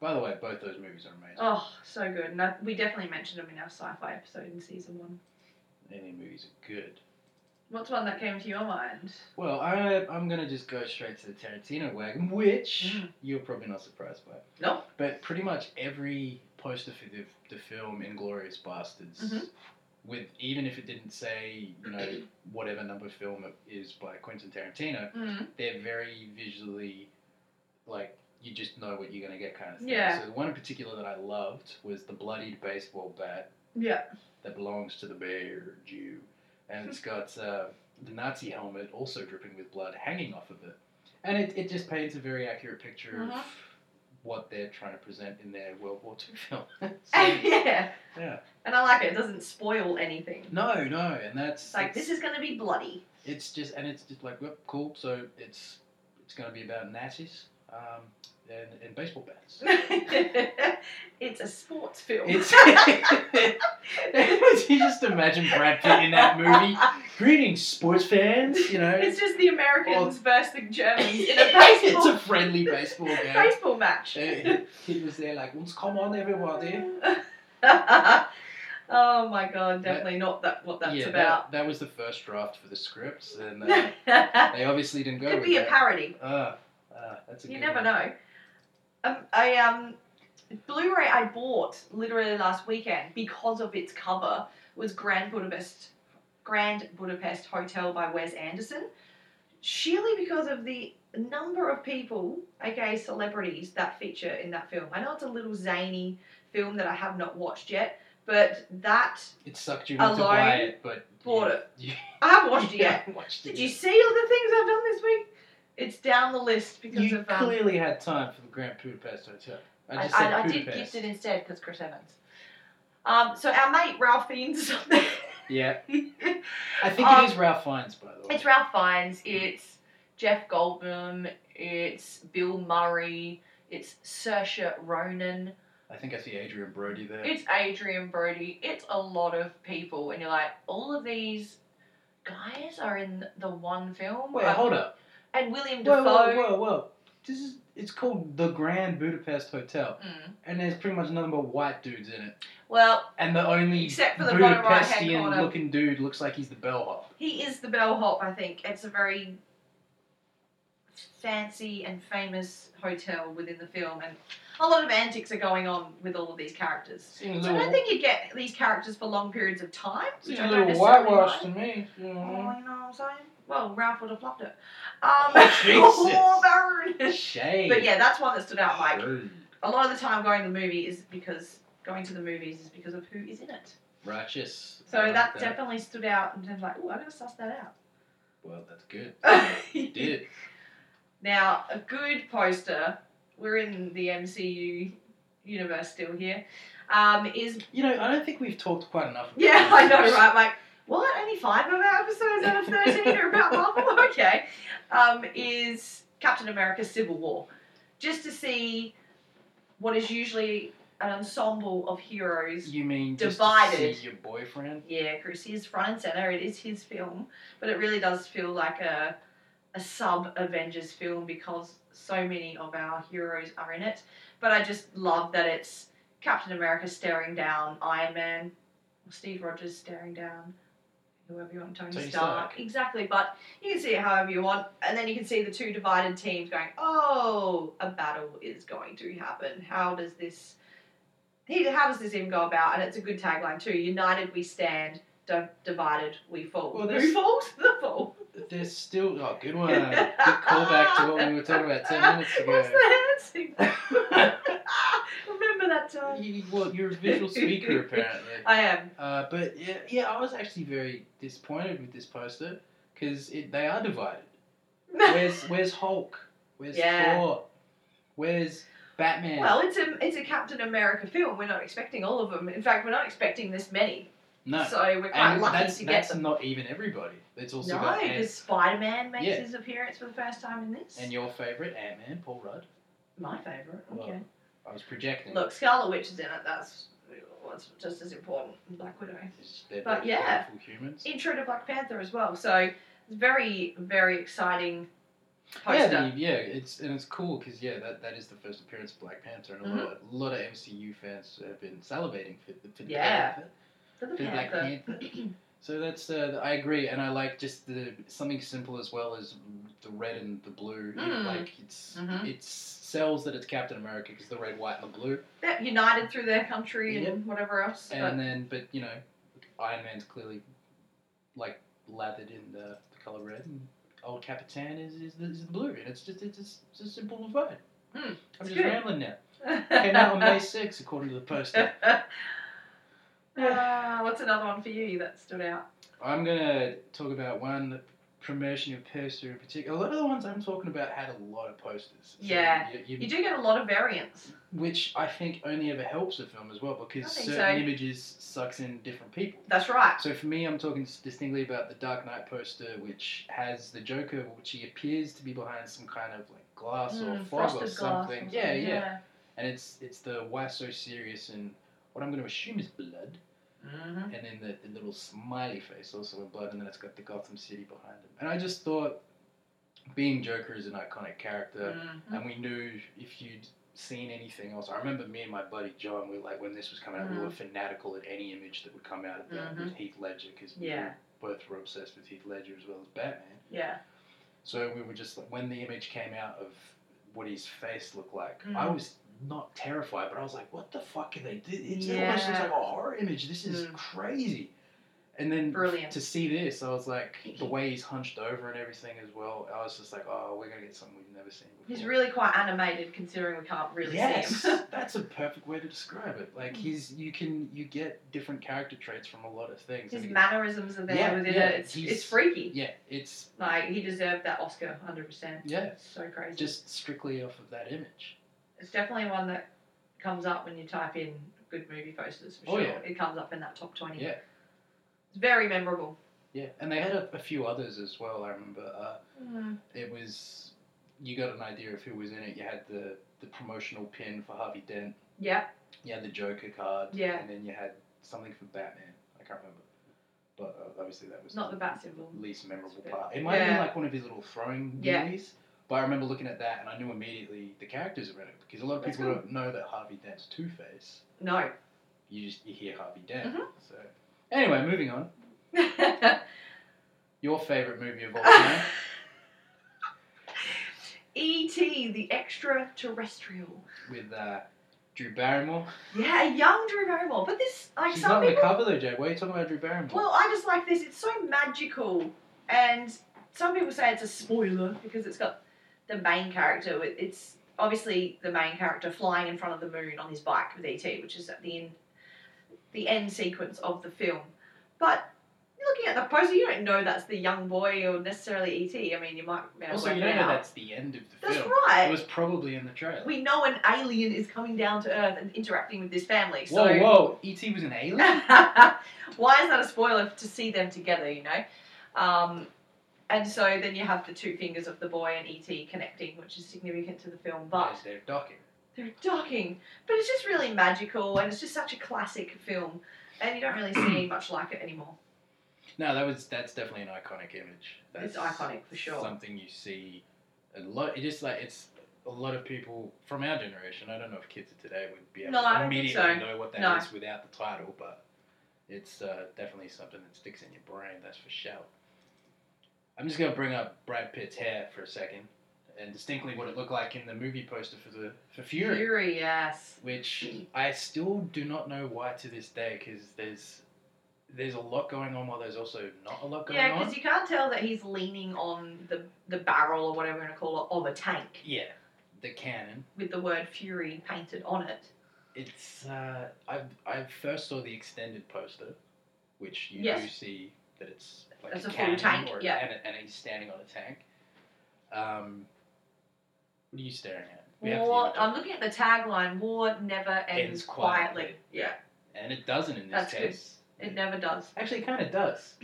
A: by the way, both those movies are amazing.
B: Oh, so good. And I, we definitely mentioned them in our sci-fi episode in season one.
A: Alien movies are good.
B: What's one that came to your mind?
A: Well, I, I'm gonna just go straight to the Tarantino wagon, which
B: Mm.
A: you're probably not surprised by.
B: No.
A: But pretty much every poster for the, the film *Inglorious Bastards*,
B: Mhm.
A: with even if it didn't say you know whatever number film it is by Quentin Tarantino,
B: Mm.
A: they're very visually like you just know what you're gonna get kind of thing.
B: Yeah.
A: So the one in particular that I loved was the bloodied baseball bat
B: Yeah.
A: that belongs to the bear Jew, and it's got uh, the Nazi helmet also dripping with blood hanging off of it, and it, it just paints a very accurate picture of
B: Mhm.
A: what they're trying to present in their World War II film. So,
B: yeah.
A: yeah,
B: And I like it. It doesn't spoil anything.
A: no, no, and that's
B: It's like
A: it's,
B: this is gonna be bloody.
A: it's just and it's just like well, cool. So it's it's going to be about Nazis um, and and baseball bats.
B: it's a sports film.
A: It's you just imagine Brad Pitt in that movie. Greetings, sports fans. You know,
B: It's just the Americans versus the Germans in a
A: it's
B: baseball,
A: a friendly baseball game.
B: baseball match.
A: Uh, he was there like, "Well, come on, everybody.
B: oh my god, definitely not that what that's
A: yeah,
B: about.
A: That, that was the first draft for the scripts, and uh, they obviously didn't go
B: Could
A: with
B: be a
A: that.
B: parody.
A: Ah, ah, that's a
B: You
A: good
B: never
A: one.
B: know. Um, I um, Blu-ray I bought literally last weekend because of its cover was Grand Budapest, Grand Budapest Hotel by Wes Anderson, sheerly because of the number of people, aka celebrities, that feature in that film. I know it's a little zany film that I have not watched yet, but that
A: It sucked you into
B: Alone
A: buy it, but
B: bought
A: you,
B: it.
A: You,
B: I haven't watched it
A: you
B: yet.
A: haven't watched
B: Did
A: it
B: you
A: yet.
B: see all the things I've done this week? It's down the list because
A: You
B: of um,
A: clearly had time for the Grand Budapest Hotel. I
B: I,
A: just said
B: I, I did
A: Budapest.
B: gift it instead because Chris Evans. Um, so our mate Ralph Fiennes is on there.
A: Yeah, I think
B: Um,
A: it is Ralph Fiennes, by the way.
B: it's Ralph Fiennes. It's Jeff Goldblum. It's Bill Murray. It's Saoirse Ronan.
A: I think I see Adrian Brody there.
B: It's Adrian Brody. It's a lot of people, and you're like, all of these guys are in the one film.
A: Wait,
B: Like-
A: hold up.
B: And William
A: Whoa,
B: Defoe.
A: whoa, whoa, whoa. This is. It's called the Grand Budapest Hotel,
B: Mm.
A: and there's pretty much nothing but white dudes in it.
B: Well,
A: And the only
B: Except for the bottom right-hand
A: Budapestian
B: corner.
A: looking dude looks like he's the bellhop.
B: he is the bellhop. I think it's a very fancy and famous hotel within the film, and a lot of antics are going on with all of these characters.
A: Seems a
B: So I
A: little,
B: don't think you get these characters for long periods of time.
A: seems
B: which
A: a
B: I
A: little
B: don't necessarily
A: whitewashed
B: mind.
A: to me. you know what I mean?
B: Oh, you know what I'm saying? Well, Ralph would have loved it. Um, oh, Maroon.
A: Shame.
B: but yeah, that's one that stood out. Like
A: Rude.
B: a lot of the time, going to the movie is because going to the movies is because of who is in it.
A: Righteous.
B: So
A: I like
B: that, definitely stood out, and then like, oh, I gotta suss that
A: Well, that's good.
B: out.
A: You did it.
B: Now, a good poster, we're in the MCU universe still here, um, is.
A: You know, I don't think we've talked quite enough. About
B: Yeah, I know,
A: this.
B: right? Like, what? Only five of our episodes out of 13 are about Marvel? Okay. Um, is Captain America Civil War. Just to see what is usually an ensemble of heroes.
A: You mean just to
B: Divided.
A: see your boyfriend?
B: Yeah, Chris is front and centre. It is his film, but it really does feel like a, a sub Avengers film because so many of our heroes are in it. But I just love that it's Captain America staring down Iron Man, or Steve Rogers staring down whoever you want, Tony,
A: Tony
B: Stark.
A: Stark.
B: Exactly, but you can see it however you want, and then you can see the two divided teams going, oh, a battle is going to happen. How does this he, how does this even go about? And it's a good tagline too. United we stand, don't divided we fall.
A: Well,
B: Who
A: there's-
B: falls? The fall.
A: There's still oh, good one. Good callback to what we were talking about ten minutes
B: What's
A: ago.
B: the hand signal? Remember that time?
A: You, well, you're a visual speaker apparently.
B: I am.
A: Uh, but yeah, yeah, I was actually very disappointed with this poster because they are divided. Where's Where's Hulk? Where's
B: Yeah.
A: Thor? Where's Batman?
B: well, it's a it's a Captain America film. We're not expecting all of them. In fact, we're not expecting this many.
A: no,
B: So we're quite
A: and
B: lucky
A: that's
B: to get
A: that's
B: them.
A: not even everybody. That's also
B: No,
A: got Ant
B: because Spider Man makes
A: Yeah.
B: his appearance for the first time in this.
A: and your favorite Ant Man, Paul Rudd.
B: My favorite.
A: Well,
B: Okay.
A: I was projecting.
B: Look, Scarlet Witch is in it. That's what's just as important. Black Widow.
A: It's- they're
B: but
A: both
B: yeah.
A: powerful humans.
B: intro to Black Panther as well. So it's very, very exciting
A: Oh, Yeah,
B: poster.
A: the, yeah, it's and it's cool because yeah, that, that is the first appearance of Black Panther, and a lot,
B: Mm-hmm.
A: a lot of MCU fans have been salivating for the, for the
B: Yeah.
A: Panther.
B: For the
A: for Black
B: Panther.
A: So that's uh, I agree, and I like just the something simple as well as the red and the blue.
B: Mm.
A: Like it's
B: Mhm.
A: it sells that it's Captain America because the red, white, and the blue,
B: They're united through their country and
A: Yep.
B: whatever else. but-
A: and then but you know, Iron Man's clearly like lathered in the, the color red, and old Capitan is is the, is the blue, and it's just it's just it's a simple divide.
B: Mm,
A: I'm
B: it's
A: just
B: good.
A: rambling now. Came out on May 6th, according to the poster.
B: Ah, what's another one for you that stood out?
A: I'm gonna talk about one promotion of poster in particular. A lot of the ones I'm talking about had a lot of posters. So
B: Yeah.
A: you- you-
B: You do get a lot of variants.
A: which I think only ever helps a film as well because
B: I think
A: certain
B: so.
A: images sucks in different people.
B: That's right.
A: So for me, I'm talking distinctly about the Dark Knight poster, which has the Joker, which he appears to be behind some kind of like glass or fog or
B: Mm, frosted glass or
A: something. Yeah, yeah,
B: yeah.
A: And it's it's the why so serious and what I'm going to assume is blood.
B: Mhm.
A: and then the, the little smiley face also with blood, and then it's got the Gotham City behind him. And I just thought, being Joker is an iconic character,
B: Mhm.
A: and we knew if you'd seen anything else. I remember me and my buddy John, we were like when this was coming out, we were fanatical at any image that would come out of that with Heath Ledger because
B: Yeah.
A: we both were obsessed with Heath Ledger as well as Batman.
B: Yeah.
A: So we were just like, when the image came out of what his face looked like,
B: Mhm.
A: I was not terrified, but I was like, what the fuck are they? Did? It's almost looks
B: Yeah.
A: like a horror image. This is
B: Mm.
A: crazy. And then
B: Brilliant.
A: to see this, I was like, the way he's hunched over and everything as well, I was just like, oh, we're gonna get something we've never seen before.
B: He's really quite animated considering we can't really Mm.
A: yes,
B: see him.
A: that's a perfect way to describe it. Like he's, you can, you get different character traits from a lot of things.
B: His
A: And he-
B: mannerisms are there
A: Yeah,
B: within
A: yeah,
B: it. It's,
A: he's-
B: it's freaky.
A: yeah, it's
B: Like, he deserved that Oscar 100%.
A: yeah,
B: So crazy.
A: just strictly off of that image.
B: it's definitely one that comes up when you type in good movie posters for
A: Oh,
B: sure.
A: yeah.
B: It comes up in that top twenty.
A: Yeah.
B: It's very memorable.
A: Yeah, and they had a, a few others as well. I remember uh, it was you got an idea of who was in it. You had the the promotional pin for Harvey Dent.
B: Yeah.
A: You had the Joker card.
B: Yeah.
A: And then you had something for Batman. I can't remember, but uh, obviously that was
B: Not the bat symbol.
A: least memorable
B: It's a bit-
A: part. It might have been
B: Yeah.
A: like one of his little throwing
B: Yeah.
A: movies. But I remember looking at that and I knew immediately the characters were in it because a lot of
B: That's
A: people
B: cool.
A: don't know that Harvey Dent's Two Face.
B: No.
A: You just you hear Harvey Dent.
B: Mm-hmm.
A: So anyway, moving on. Your favorite movie of all time?
B: E.T. E the extraterrestrial.
A: with uh, Drew Barrymore.
B: Yeah, a young Drew Barrymore. But this like
A: She's
B: some
A: not on
B: people
A: the cover though, Jade. Why are you talking about Drew Barrymore?
B: Well, I just like this. It's so magical and some people say it's a spoiler because it's got the main character. with- It's obviously the main character flying in front of the moon on his bike with ET, which is at the end, the end sequence of the film. But looking at the poster, you don't know that's the young boy or necessarily ET. I mean, you might be able to
A: Also,
B: work
A: you
B: it
A: don't know
B: out.
A: that's the end of the
B: That's
A: film.
B: right.
A: It was probably in the trailer.
B: we know an alien is coming down to Earth and interacting with this family. So
A: Whoa, whoa! E.T. was an alien.
B: Why is that a spoiler to see them together, you know? Um, and so then you have the two fingers of the boy and ET connecting, which is significant to the film, but
A: There's their docking.
B: they're docking. But it's just really magical and it's just such a classic film, and you don't really see much like it anymore.
A: No, that was that's definitely an iconic image. That's
B: It's iconic for sure.
A: Something you see a lot. It just like it's a lot of people from our generation. I don't know if kids of today would be able
B: No, I
A: to
B: don't think
A: immediately know what that is
B: No.
A: without the title, but it's uh, definitely something that sticks in your brain. That's for sure. I'm just gonna bring up Brad Pitt's hair for a second, and distinctly what it looked like in the movie poster for the for Fury
B: yes.
A: which I still do not know why to this day because there's there's a lot going on while there's also not a lot going
B: Yeah,
A: on.
B: because you can't tell that he's leaning on the, the barrel or whatever we're going to call it of a tank
A: Yeah, the canon.
B: with the word Fury painted on it.
A: It's uh, I I first saw the extended poster, which you do
B: Yes.
A: see that it's like
B: It's
A: a,
B: a full
A: cannon
B: tank,
A: or,
B: yeah.
A: and, and he's standing on a tank. Um, what are you staring at? have the
B: War,
A: image up.
B: I'm looking at the tagline War never ends,
A: Ends
B: quietly.
A: quietly.
B: Yeah,
A: and it doesn't in this
B: That's good.
A: case.
B: it never does.
A: Actually, it kind of does.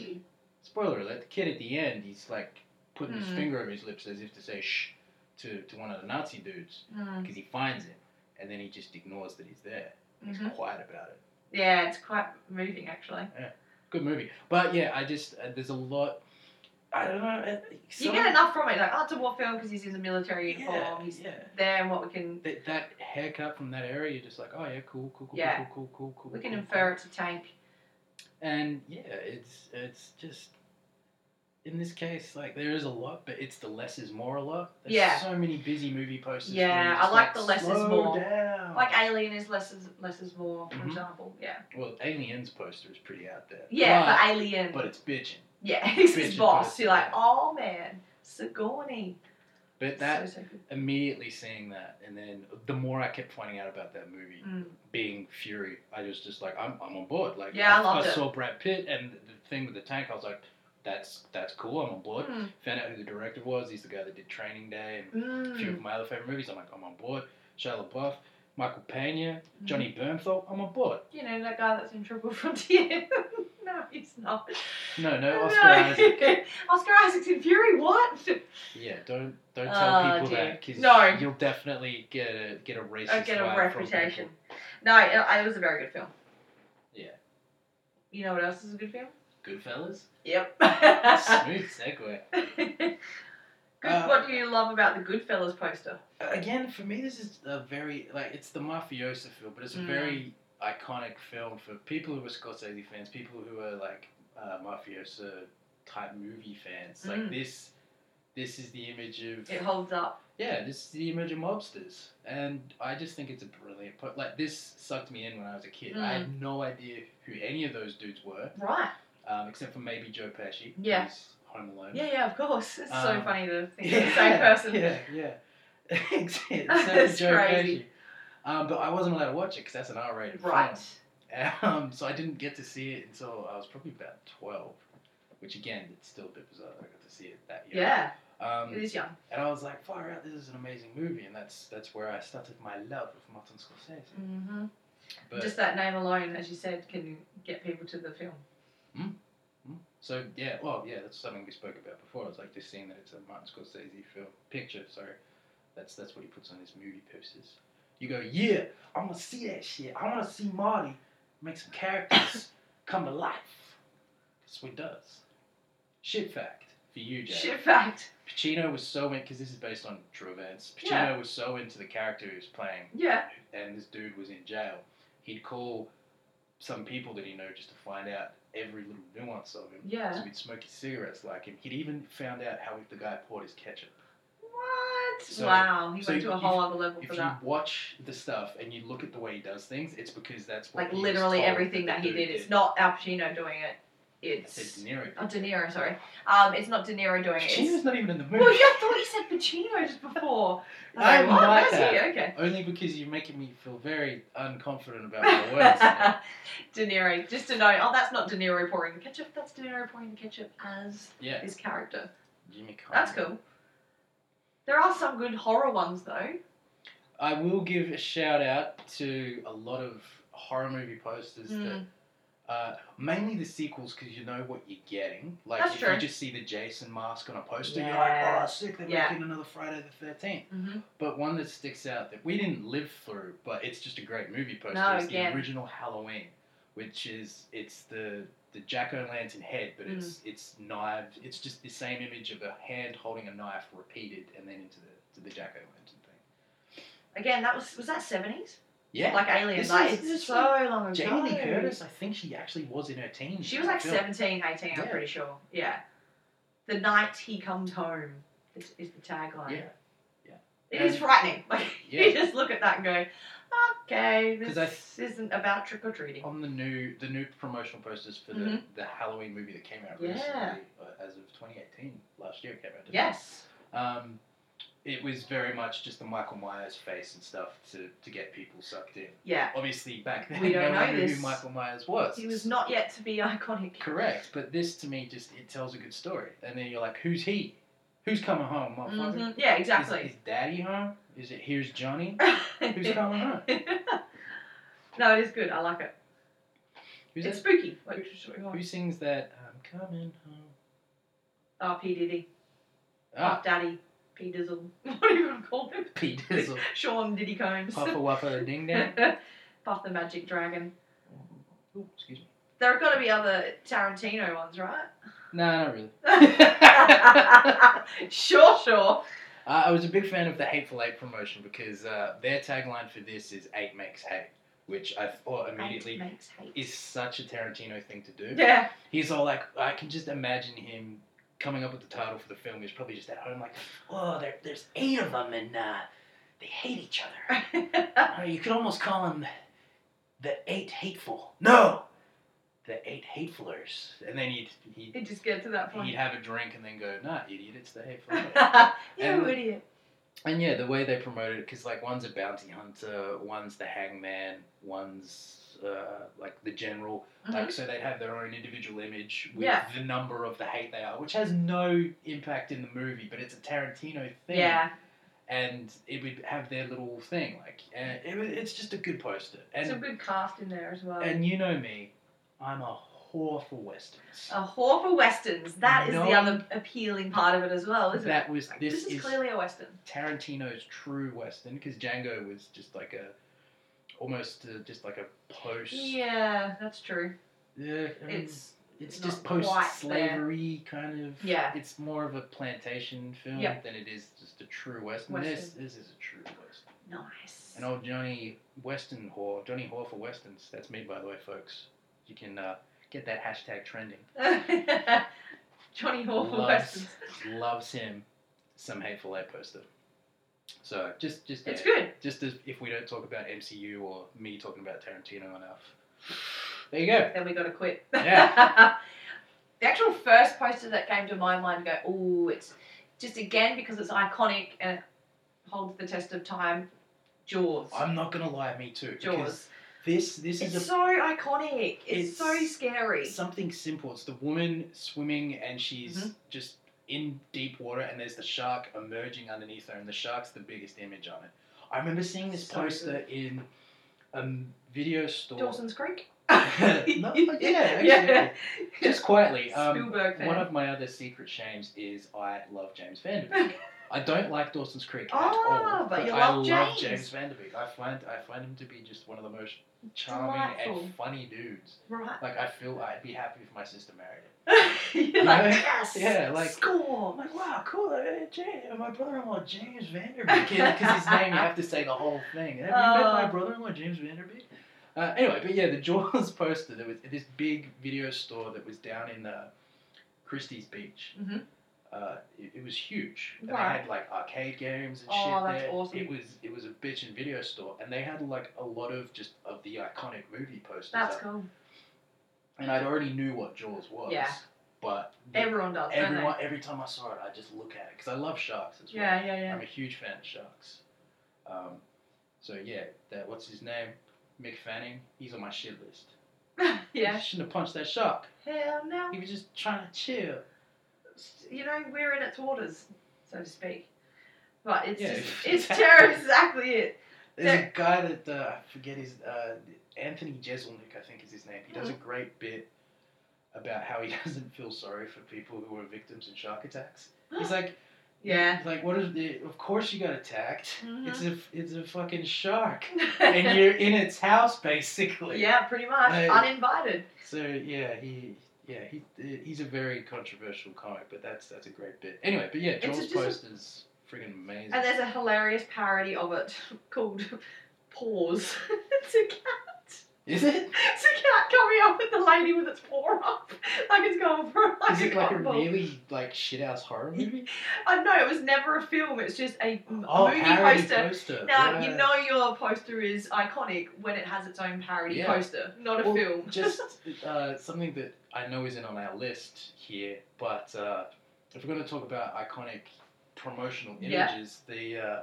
A: Spoiler alert: the kid at the end, he's like putting his
B: Hmm.
A: finger over his lips as if to say "shh" to, to one of the Nazi dudes
B: Mm.
A: because he finds him, and then he just ignores that he's there. He's
B: Mhm.
A: quiet about it.
B: Yeah, it's quite moving actually.
A: Good movie, but yeah, I just uh, there's a lot. I don't know. uh,
B: You
A: some-
B: get enough from it, like, oh, it's a war film because he's in the military uniform,
A: Yeah,
B: he's
A: yeah.
B: there, and what we can
A: That, that haircut from that area, you're just like, oh yeah, cool, cool, cool,
B: Yeah.
A: cool, cool, cool, cool.
B: we can
A: cool,
B: infer it's a tank.
A: and yeah, it's it's just in this case like there is a lot, but it's the less is more a lot. There's
B: Yeah.
A: so many busy movie posters.
B: Yeah,
A: where you're
B: I
A: just
B: like the less is
A: "Slow
B: more."
A: Down.
B: Like Alien is less is less is more, for
A: Mhm.
B: example. Yeah.
A: well, Aliens poster is pretty out there.
B: Yeah,
A: but,
B: but Alien.
A: but it's bitching.
B: yeah, he's
A: bitch,
B: his
A: it
B: boss.
A: puts-
B: You're like,
A: yeah.
B: oh man, Sigourney.
A: But that
B: so, so good.
A: immediately seeing that, and then the more I kept finding out about that movie,
B: Mm.
A: being Fury, I was just like, I'm, I'm on board. Like,
B: Yeah, I
A: I,
B: loved it.
A: saw Brad Pitt and the thing with the tank. I was like, that's that's cool. I'm on board.
B: Mm.
A: Found out who the director was. He's the guy that did Training Day and a few
B: Mm.
A: of my other favorite movies. I'm like, I'm on board. Shia LaBeouf, Michael Pena, Johnny
B: Hmm.
A: Bernthal, oh, I'm on board.
B: You know, that guy that's in Triple Frontier. no, he's not.
A: No, no,
B: No.
A: Uh, Oscar Isaac.
B: Oscar Isaac's in Fury, what?
A: Yeah, don't don't tell
B: Oh,
A: people
B: dear.
A: that because
B: No.
A: you'll definitely get a get a racist.
B: I get a
A: vibe from
B: reputation.
A: people.
B: No, it, it was a very good film.
A: Yeah.
B: You know what else is a good film?
A: Goodfellas.
B: Yep.
A: Smooth segue.
B: good,
A: Uh,
B: what do you love about the Goodfellas poster?
A: Again, for me, this is a very like it's the mafioso film, but it's a
B: Mm.
A: very iconic film for people who are Scorsese fans, people who are like uh, mafioso type movie fans. Like
B: Mm.
A: this, this is the image of
B: It holds up.
A: Yeah, this is the image of mobsters, and I just think it's a brilliant. Po- like this sucked me in when I was a kid. I
B: Hmm.
A: had no idea who any of those dudes were,
B: Right.
A: um, except for maybe Joe Pesci.
B: Yeah.
A: who's Home Alone.
B: Yeah, yeah, of course. It's so
A: Um,
B: funny to think of the same person.
A: Yeah, yeah. except for
B: That's
A: Joe
B: crazy.
A: Pesci. Um, but I wasn't allowed to watch it because that's an R-rated
B: Right.
A: film. Um, so I didn't get to see it until I was probably about twelve, which again, it's still a bit bizarre. that I got to see it that year.
B: Yeah,
A: Um,
B: it is young.
A: and I was like, far out, this is an amazing movie. And that's that's where I started my love of Martin Scorsese.
B: hmm
A: But,
B: Just that name alone, as you said, can get people to the film.
A: so, yeah, well, yeah, that's something we spoke about before. I was like, just seeing that it's a Martin Scorsese film picture, sorry. That's, that's what he puts on his movie posters. You go, yeah, I want to see that shit. I want to see Marty make some characters come to life. That's what he does. Shit fact for you, Jack.
B: Shit fact.
A: Pacino was so in, because this is based on true events. Pacino
B: Yeah.
A: was so into the character he was playing
B: Yeah.
A: and this dude was in jail, he'd call some people that he knew just to find out every little nuance of him.
B: Yeah.
A: So he'd smoke his cigarettes like him. He'd even found out how if the guy poured his ketchup.
B: What?
A: So-
B: wow. He
A: so
B: went to a
A: if-
B: whole other level
A: If
B: for
A: you
B: that.
A: watch the stuff and you look at the way he does things, it's because that's what
B: Like
A: he was
B: literally
A: told
B: everything that
A: the
B: he
A: dude
B: did. It's not Al Pacino doing it.
A: I
B: it's
A: said De Niro.
B: oh, De Niro, sorry. Um, it's not De Niro doing it.
A: Pacino's
B: It's,
A: not even in the movie.
B: well, yeah, I thought you said Pacino just before.
A: I
B: I was like, what?
A: like
B: That's
A: that.
B: you, Okay.
A: Only because you're making me feel very unconfident about my words. now.
B: De Niro, just to know. Oh, that's not De Niro pouring the ketchup. That's De Niro pouring the ketchup as
A: yeah,
B: his character.
A: Jimmy Conn.
B: That's cool. There are some good horror ones though.
A: I will give a shout out to a lot of horror movie posters
B: Mm.
A: that uh, mainly the sequels because you know what you're getting. Like
B: That's
A: if
B: true.
A: you just see the Jason mask on a poster, you're like,
B: Yeah.
A: oh, sick, they're
B: Yeah.
A: making another Friday the 13th.
B: Mm-hmm.
A: But one that sticks out that we didn't live through, but it's just a great movie poster,
B: No,
A: is
B: again.
A: the original Halloween, which is it's the the jack o' lantern head, but it's
B: Hmm.
A: it's knived. It's just the same image of a hand holding a knife repeated, and then into the to the jack o' lantern thing.
B: Again, that was was that seventies?
A: Yeah,
B: Like Alien
A: This
B: Light.
A: is- this
B: It's
A: is
B: so long ago.
A: Jamie Lee Curtis, I think she actually was in her teens.
B: She
A: in
B: was
A: the
B: like
A: film.
B: 17, 18, I'm
A: Yeah.
B: pretty sure. Yeah. The night he comes home is, is the tagline.
A: Yeah,
B: It is
A: And-
B: frightening. Like you
A: Yeah.
B: just look at that and go, okay,
A: 'Cause Oh,
B: this isn't about trick or treating.
A: On the new the new promotional posters for the,
B: Mhm.
A: the Halloween movie that came out
B: Yeah.
A: recently, uh, as of 2018, last year it came out. didn't it?
B: Yes.
A: Um, it was very much just the Michael Myers face and stuff to, to get people sucked in.
B: Yeah.
A: Obviously, back then,
B: We don't
A: no one
B: know
A: knew
B: this.
A: who Michael Myers was.
B: He was not yet to be iconic.
A: correct, but this to me just it tells a good story. And then you're like, who's he? Who's coming home, motherfucker?
B: Mhm. Yeah,
A: Is,
B: exactly.
A: is Daddy home? Is it here's Johnny? Who's coming home?
B: no, it is good. I like it.
A: Who's
B: it's
A: that?
B: spooky. Like, just what we
A: Who
B: want.
A: sings that? I'm coming home.
B: Oh, P Diddy,
A: Ah,
B: Puff Daddy, P Dizzle. What do you even call him?
A: Pete Dizzle.
B: Sean Diddy Combs.
A: Puffa Wuffa Ding Dang.
B: Puff the Magic Dragon.
A: Ooh, excuse me.
B: There are got to be other Tarantino ones, right?
A: No, not really.
B: sure, sure.
A: Uh, I was a big fan of the Hateful Eight promotion because uh, their tagline for this is Eight Makes Hate, which I thought
B: Hate
A: immediately
B: makes hate.
A: is such a Tarantino thing to do.
B: Yeah,
A: He's all like, I can just imagine him coming up with the title for the film. He's probably just at home like, oh, there, there's eight of them and uh, they hate each other. Uh, you could almost call them the Eight Hateful. No! The Eight Hatefullers. And then he'd, he'd,
B: it just gets to that
A: he'd
B: point.
A: have a drink and then go, nah, idiot, it's the Hateful Eight.
B: You're an
A: And-
B: idiot.
A: And yeah, the way they promote it, because like one's a bounty hunter, one's the hangman, one's uh, like the general.
B: Mm-hmm.
A: Like so, they'd have their own individual image with
B: Yeah.
A: the number of the hate they are, which has no impact in the movie, but it's a Tarantino thing.
B: Yeah,
A: And it would have their little thing, like and it, wa- it's just a good poster. And
B: some good cast in there as well.
A: and you know me, I'm a whore for westerns.
B: a whore for westerns. That is
A: No.
B: the other appealing part of it as well, isn't
A: that was
B: it? Like,
A: this,
B: this is,
A: is
B: clearly a western.
A: Tarantino's true western because Django was just like a almost uh, just Mm. like a post.
B: Yeah, that's true.
A: Yeah, I mean,
B: It's
A: it's
B: not
A: just
B: quite there.
A: post slavery kind of.
B: Yeah.
A: It's more of a plantation film
B: Yep.
A: than it is just a true western. This
B: Western.
A: this is a true western.
B: nice.
A: And old Johnny Western whore, Johnny whore for westerns. That's me, by the way, folks. You can uh, get that hashtag trending.
B: Johnny Hall for
A: Loves-
B: westerns.
A: Loves him. Some hateful eight poster. So just just
B: It's
A: yeah.
B: good.
A: just as if we don't talk about MCU or me talking about Tarantino enough. There you go.
B: Then we got to quit.
A: Yeah.
B: the actual first poster that came to my mind, go, oh, it's just again because it's iconic and it holds the test of time. Jaws.
A: I'm not gonna lie, me too. Because
B: Jaws.
A: this this
B: It's
A: is a
B: so iconic.
A: It's-
B: It's, so scary.
A: something simple. It's the woman swimming and she's
B: Mm-hmm.
A: just in deep water and there's the shark emerging underneath her and the shark's the biggest image on it. I remember seeing this
B: So
A: poster in a m- video store.
B: Dawson's Creek.
A: No, yeah, actually,
B: Yeah.
A: Just quietly. Um,
B: Spielberg fan.
A: one of my other secret shames is I love James Van Der Beek. I don't like Dawson's Creek at
B: Ah,
A: all,
B: but you
A: I love
B: love James.
A: James Van Der Beek. I find I find him to be just one of the most charming
B: Delightful.
A: and funny dudes.
B: right.
A: Like I feel I'd be happy if my sister married him.
B: You're
A: know?
B: like, yes.
A: Yeah, like- oh
B: Score.
A: I'm like, wow, cool. Uh, James, my brother-in-law James Vanderbeek, because his name you have to say the whole thing. Have you met my
B: Oh.
A: brother-in-law James Vanderbeek? Uh, anyway, but yeah, the Jaws poster. There was this big video store that was down in uh, Christie's Beach.
B: Mhm.
A: Uh, it, it was huge. And
B: Right.
A: They had like arcade games and
B: Oh,
A: shit
B: that's
A: there.
B: awesome.
A: It was it was a bitchin' video store, and they had like a lot of just of the iconic movie posters.
B: That's
A: up.
B: cool.
A: and I'd already knew what Jaws was.
B: Yeah.
A: But the-
B: Everyone does, don't
A: everyone, every time I saw it, I just look at it because I love sharks as
B: they?
A: well.
B: Yeah, yeah, yeah.
A: I'm a huge fan of sharks. Um, so yeah, that what's his name, Mick Fanning. He's on my shit list.
B: yeah.
A: He shouldn't have punched that shark.
B: Hell no.
A: He was just trying to chill.
B: You know, we're in its waters, so to speak. But it's
A: Yeah,
B: just,
A: if-
B: it's terrible. Exactly it.
A: There's a guy that uh, I forget his uh, Anthony Jeselnik, I think is his name. He does a
B: Mm-hmm.
A: great bit about how he doesn't feel sorry for people who are victims in shark attacks. He's like,
B: yeah. Mm-hmm.
A: he's like what is the? Of course you got attacked. It's a it's a fucking shark, and
B: yeah,
A: you're in its house basically.
B: pretty much.
A: Like-
B: Uninvited.
A: So yeah, he yeah he he's a very controversial comic, but that's that's a great bit. Anyway, but yeah,
B: It's a
A: Joel's
B: dis-
A: post is friggin' amazing.
B: And there's a hilarious parody of it called Paws. it's a
A: is it?
B: It's a cat coming up with the lady with its paw up, like it's going for like
A: Is
B: a
A: it like a
B: cotton ball.
A: really like shit house horror movie?
B: I know it was never a film. It's just a m-
A: Oh,
B: movie
A: parody
B: poster.
A: poster.
B: Now
A: yeah.
B: you know your poster is iconic when it has its own parody
A: Yeah.
B: poster, not a
A: Well,
B: film.
A: just uh, something that I know isn't on our list here, but uh, if we're going to talk about iconic promotional
B: Yeah.
A: images, the uh,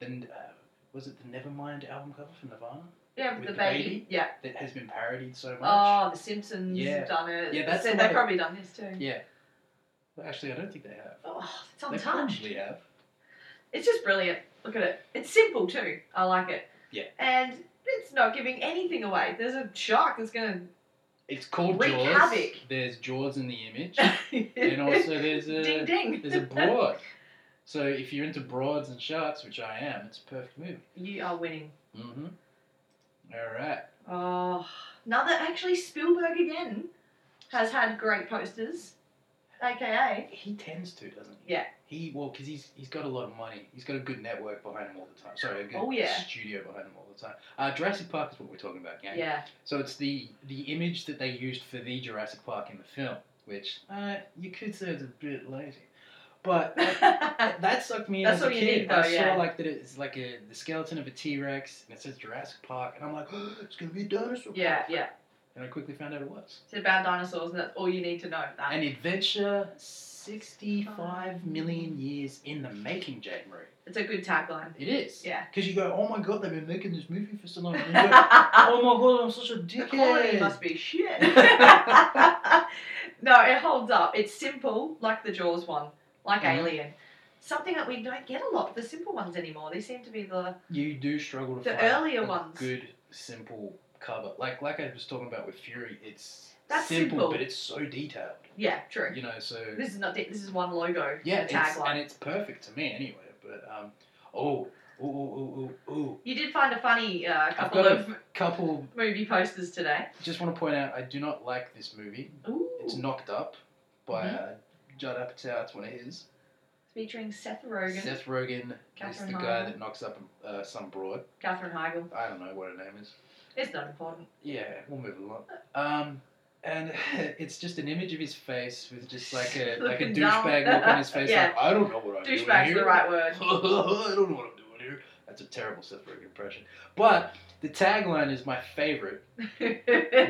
A: the n- uh, was it the Nevermind album cover for Nirvana
B: yeah, with
A: with
B: the
A: the
B: baby.
A: baby?
B: Yeah.
A: that has been parodied so much.
B: Oh, The Simpsons
A: Yeah.
B: have done it.
A: Yeah, that's
B: They-
A: the
B: they've
A: one-
B: probably done this too.
A: Yeah. Well, actually, I don't think they have.
B: Oh, it's
A: They
B: untouched.
A: probably have.
B: It's just brilliant. Look at it. It's simple too. I like it.
A: Yeah.
B: And it's not giving anything away. There's a shark that's gonna.
A: It's called
B: Wreak
A: Jaws.
B: havoc.
A: There's Jaws in the image, and also there's
B: ding
A: a
B: ding.
A: there's a broad. So if you're into broads and sharks, which I am, it's a perfect movie.
B: You are winning.
A: Mm-hmm. All right.
B: Oh, another actually Spielberg again has had great posters, aka
A: He tends to, doesn't he?
B: Yeah.
A: He well, because he's he's got a lot of money. He's got a good network behind him all the time. Sorry, a good
B: Oh, yeah.
A: studio behind him all the time. Uh, Jurassic Park is what we're talking about, gang.
B: yeah,
A: So it's the the image that they used for the Jurassic Park in the film, which uh, you could say is a bit lazy, but that, that sucked me in
B: That's
A: as a
B: what you
A: kid.
B: need, though,
A: I saw
B: yeah.
A: like that it's like a the skeleton of a T Rex and it says Jurassic Park, and I'm like, it's gonna be a dinosaur.
B: yeah, yeah.
A: And I quickly found out it was.
B: It's about dinosaurs, and that's all you need to know. That
A: An adventure 65 million years in the making, Jade Marie.
B: it's a good tagline.
A: It is.
B: Yeah.
A: Because you go, oh my god, they've been making this movie for so long. And you go, oh my god, I'm such a
B: the quality
A: dickhead.
B: must be shit. no, it holds up. It's simple, like the Jaws one, like
A: Mhm.
B: Alien. Something that we don't get a lot of the simple ones anymore. They seem to be the
A: You do struggle to
B: The
A: find
B: earlier
A: a
B: ones.
A: good, simple cover. Like like I was talking about with Fury, it's
B: That's
A: simple,
B: simple.
A: but it's so detailed.
B: yeah, true.
A: You know, so
B: This is not this is one logo.
A: yeah,
B: a
A: it's,
B: tagline.
A: and it's perfect to me anyway. But um, oh, ooh, ooh, ooh, ooh, ooh.
B: You did find a funny uh, couple
A: got a-
B: of
A: Couple.
B: movie posters today.
A: Just want to point out, I do not like this movie.
B: Ooh. Mm-hmm.
A: It's knocked up by uh, Judd Apatow. It's one of his.
B: featuring Seth Rogen,
A: Seth Rogen is the
B: Catherine
A: guy
B: Hahn.
A: that knocks up uh, some broad.
B: Catherine Heigl.
A: I don't know what her name is.
B: It's not important.
A: Yeah, we'll move along. Um, and it's just an image of his face with just like a like a
B: Looking down.
A: douchebag look on his face.
B: Yeah.
A: Like I don't know what I'm doing
B: Douchebag's
A: here.
B: the right word.
A: I don't know what I'm doing here. That's a terrible Seth Rogen impression. But the tagline is my favorite.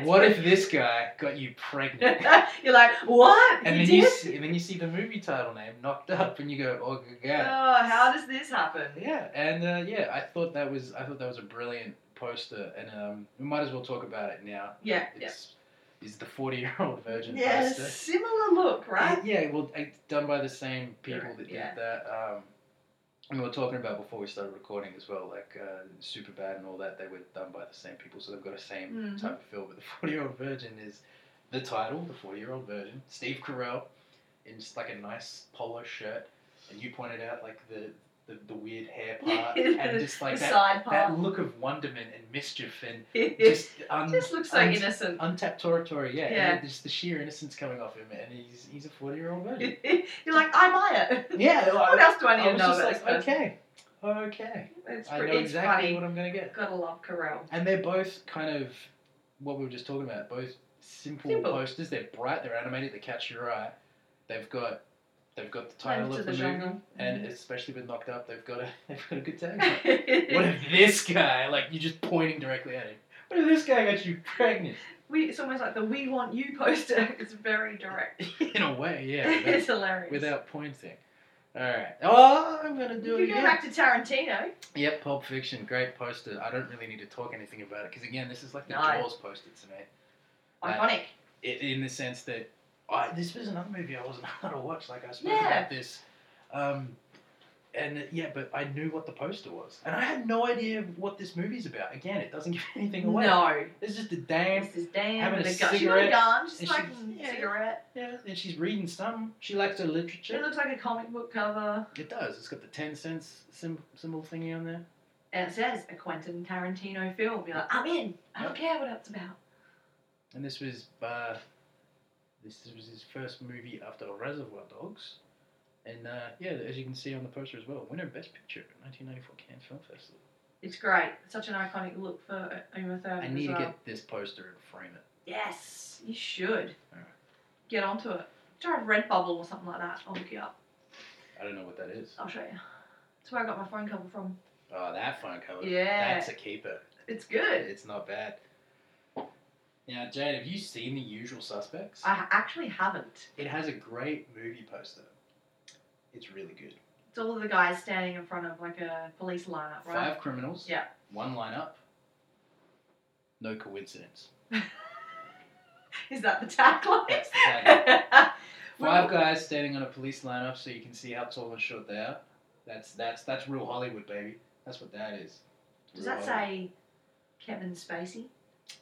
A: What if this guy got you pregnant?
B: You're like, what?
A: And
B: you
A: then
B: did?
A: you see, and then you see the movie title name knocked up, and you go, "Oh god!"
B: Oh, how does this happen?
A: Yeah, and uh, yeah, I thought that was I thought that was a brilliant poster, and um, we might as well talk about it now.
B: Yeah, yeah.
A: It's is the forty year old virgin
B: Yeah,
A: poster.
B: similar look, right?
A: It- yeah, well, it's done by the same people that
B: Yeah.
A: did that. Um, and we were talking about before we started recording as well, like uh, Superbad and all that. They were done by the same people, so they've got the same
B: Mhm.
A: type of feel. But the Forty Year Old Virgin is the title, the Forty Year Old Virgin. Steve Carell in just like a nice polo shirt, and you pointed out like the the, the weird hair part and just like
B: the
A: that
B: side part.
A: that look of wonderment and mischief and
B: just,
A: just un,
B: looks so
A: un-
B: innocent.
A: untapped territory. Yeah,
B: Yeah.
A: And just the sheer innocence coming off him, and he's he's a forty year old virgin.
B: You're like, I buy it.
A: yeah,
B: what
A: I,
B: else do I need
A: I
B: to
A: was
B: know
A: just
B: about
A: like,
B: this person?
A: okay, okay,
B: It's
A: I know
B: pretty. It's
A: exactly
B: funny.
A: what I'm gonna get.
B: Gotta love Carell.
A: And they're both kind of what we were just talking about. Both simple,
B: Simple.
A: posters. They're bright. They're animated. They catch your eye. They've got they've got the title
B: Lends
A: of
B: to
A: the,
B: the Mm-hmm.
A: movie,
B: genre.
A: and especially with knocked up, they've got a they've got a good tag. what if this guy, like you're just pointing directly at him? What if this guy got you pregnant?
B: we it's almost like the "We want you" poster. It's very direct.
A: In a way, yeah. without-
B: it's hilarious.
A: Without pointing. All right. Oh, I'm gonna
B: you
A: do
B: go
A: it again.
B: back to Tarantino.
A: Yep, Pulp Fiction, great poster. I don't really need to talk anything about it because again, this is like the
B: No.
A: Jaws poster to me. Right.
B: Iconic.
A: It, in the sense that I, this was another movie I wasn't allowed to watch. Like I spoke
B: Yeah.
A: about this, um, and uh, yeah, but I knew what the poster was, and I had no idea what this movie's about. Again, it doesn't give anything away.
B: No,
A: It's just a damn.
B: this is Dan
A: Having
B: with
A: a
B: a gun. She's got a
A: cigarette.
B: gun. She's
A: And she-
B: smoking
A: yeah.
B: a mm, cigarette.
A: Yeah, and she's reading some. She likes her
B: It
A: literature.
B: looks like a comic book cover,
A: It does. It's got the ten cents sim- symbol thingy on there.
B: and it says a Quentin Tarantino film. You're like, I'm in. I don't care what it's about.
A: And this was uh, this was his first movie after Reservoir Dogs. And uh, yeah, as you can see on the poster as well, winner of Best Picture at 1994 Cannes Film Festival.
B: It's great. Such an iconic look for Uma Thurman.
A: I
B: as
A: need to
B: well.
A: get this poster and frame it.
B: Yes, you should.
A: Alright.
B: Get onto it. Try Redbubble or something like that. I'll hook you up.
A: I don't know what that is.
B: I'll show you. That's where I got my phone cover from.
A: Oh, that phone cover.
B: Yeah.
A: That's a keeper.
B: It's good.
A: It's not bad. Now, Jade, have you seen The Usual Suspects?
B: I actually haven't.
A: It has a great movie poster. It's really good.
B: It's all of the guys standing in front of like a police lineup, right?
A: Five criminals.
B: Yeah.
A: One lineup. No coincidence.
B: Is that the tagline?
A: That's the tagline. Five guys standing on a police lineup so you can see how tall and short they are. That's that's that's real Hollywood, baby. That's what that is.
B: Does
A: Real
B: that
A: Hollywood.
B: say Kevin Spacey?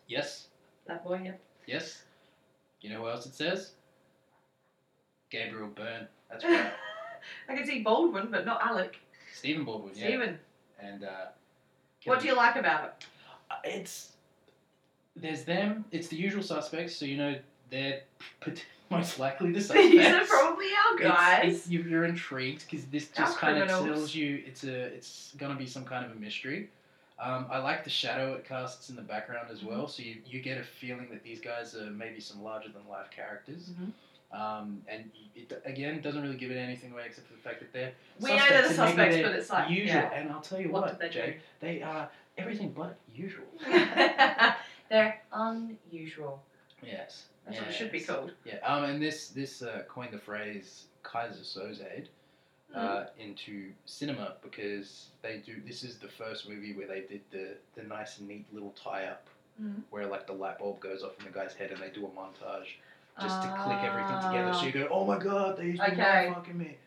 A: Yes.
B: That boy, yep.
A: Yes. You know who else it says? Gabriel Byrne. That's right.
B: I can see Baldwin, but not Alec.
A: Stephen Baldwin. Yeah.
B: Steven,
A: And uh,
B: what do you like about it?
A: Uh, It's there's them. It's the usual suspects, so you know they're pot- most likely the suspects.
B: These are probably our
A: It's-
B: guys.
A: it's- you- you're intrigued because this
B: Our
A: just kind of
B: criminals.
A: tells you it's a it's gonna be some kind of a mystery. Um, I like the shadow it casts in the background as well, so you, you get a feeling that these guys are maybe some larger than life characters.
B: Mhm.
A: Um, and it again doesn't really give it anything away except for the fact that they're
B: we know they're the
A: suspects, and maybe
B: suspects,
A: they're
B: but it's like
A: usual.
B: yeah.
A: And I'll tell you
B: What
A: what,
B: did they
A: Jay, they are everything but usual.
B: They're unusual.
A: yes,
B: That's what it should be
A: yes.
B: called.
A: Yeah, um, and this this uh, coined the phrase Kaiser Soze
B: Mm-hmm.
A: uh, into cinema because they do. This is the first movie where they did the the nice neat little tie up
B: Mhm.
A: where like the light bulb goes off in the guy's head and they do a montage just to click everything
B: Uh,
A: together. So you go, oh my god, they used
B: Ah. Okay.
A: to fucking me.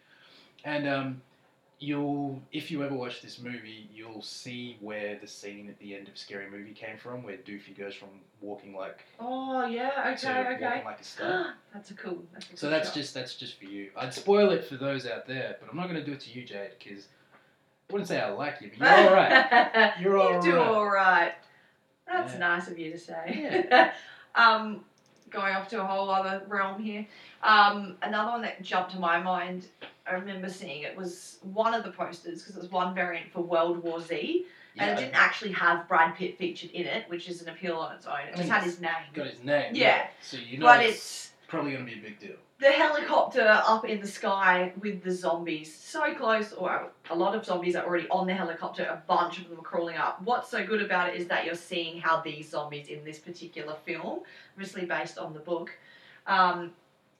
A: And um, you'll if you ever watch this movie, you'll see where the scene at the end of Scary Movie came from, where Doofy goes from walking like
B: Oh yeah.
A: to
B: Okay. Okay.
A: walking like a skunk.
B: that's a cool. That's a cool
A: So that's
B: shot.
A: just that's just for you. I'd spoil it for those out there, but I'm not going to do it to you, Jade, because I wouldn't say I like you, but you're all right. You're all
B: you do
A: right.
B: all right. That's
A: Yeah.
B: nice of you to say. um, going off to a whole other realm here. Um, another one that jumped to my mind. I remember seeing it was one of the posters because it was one variant for World War Z, and it
A: Yeah,
B: didn't actually have Brad Pitt featured in it, which is an appeal on its own.
A: I
B: It just
A: mean,
B: had his name.
A: I got his name.
B: Yeah.
A: So you know
B: but
A: it's,
B: it's
A: probably going to be a big deal.
B: the helicopter up in the sky with the zombies so close or uh, a lot of zombies are already on the helicopter a bunch of them are crawling up what's so good about it is that you're seeing how these zombies in this particular film obviously based on the book um,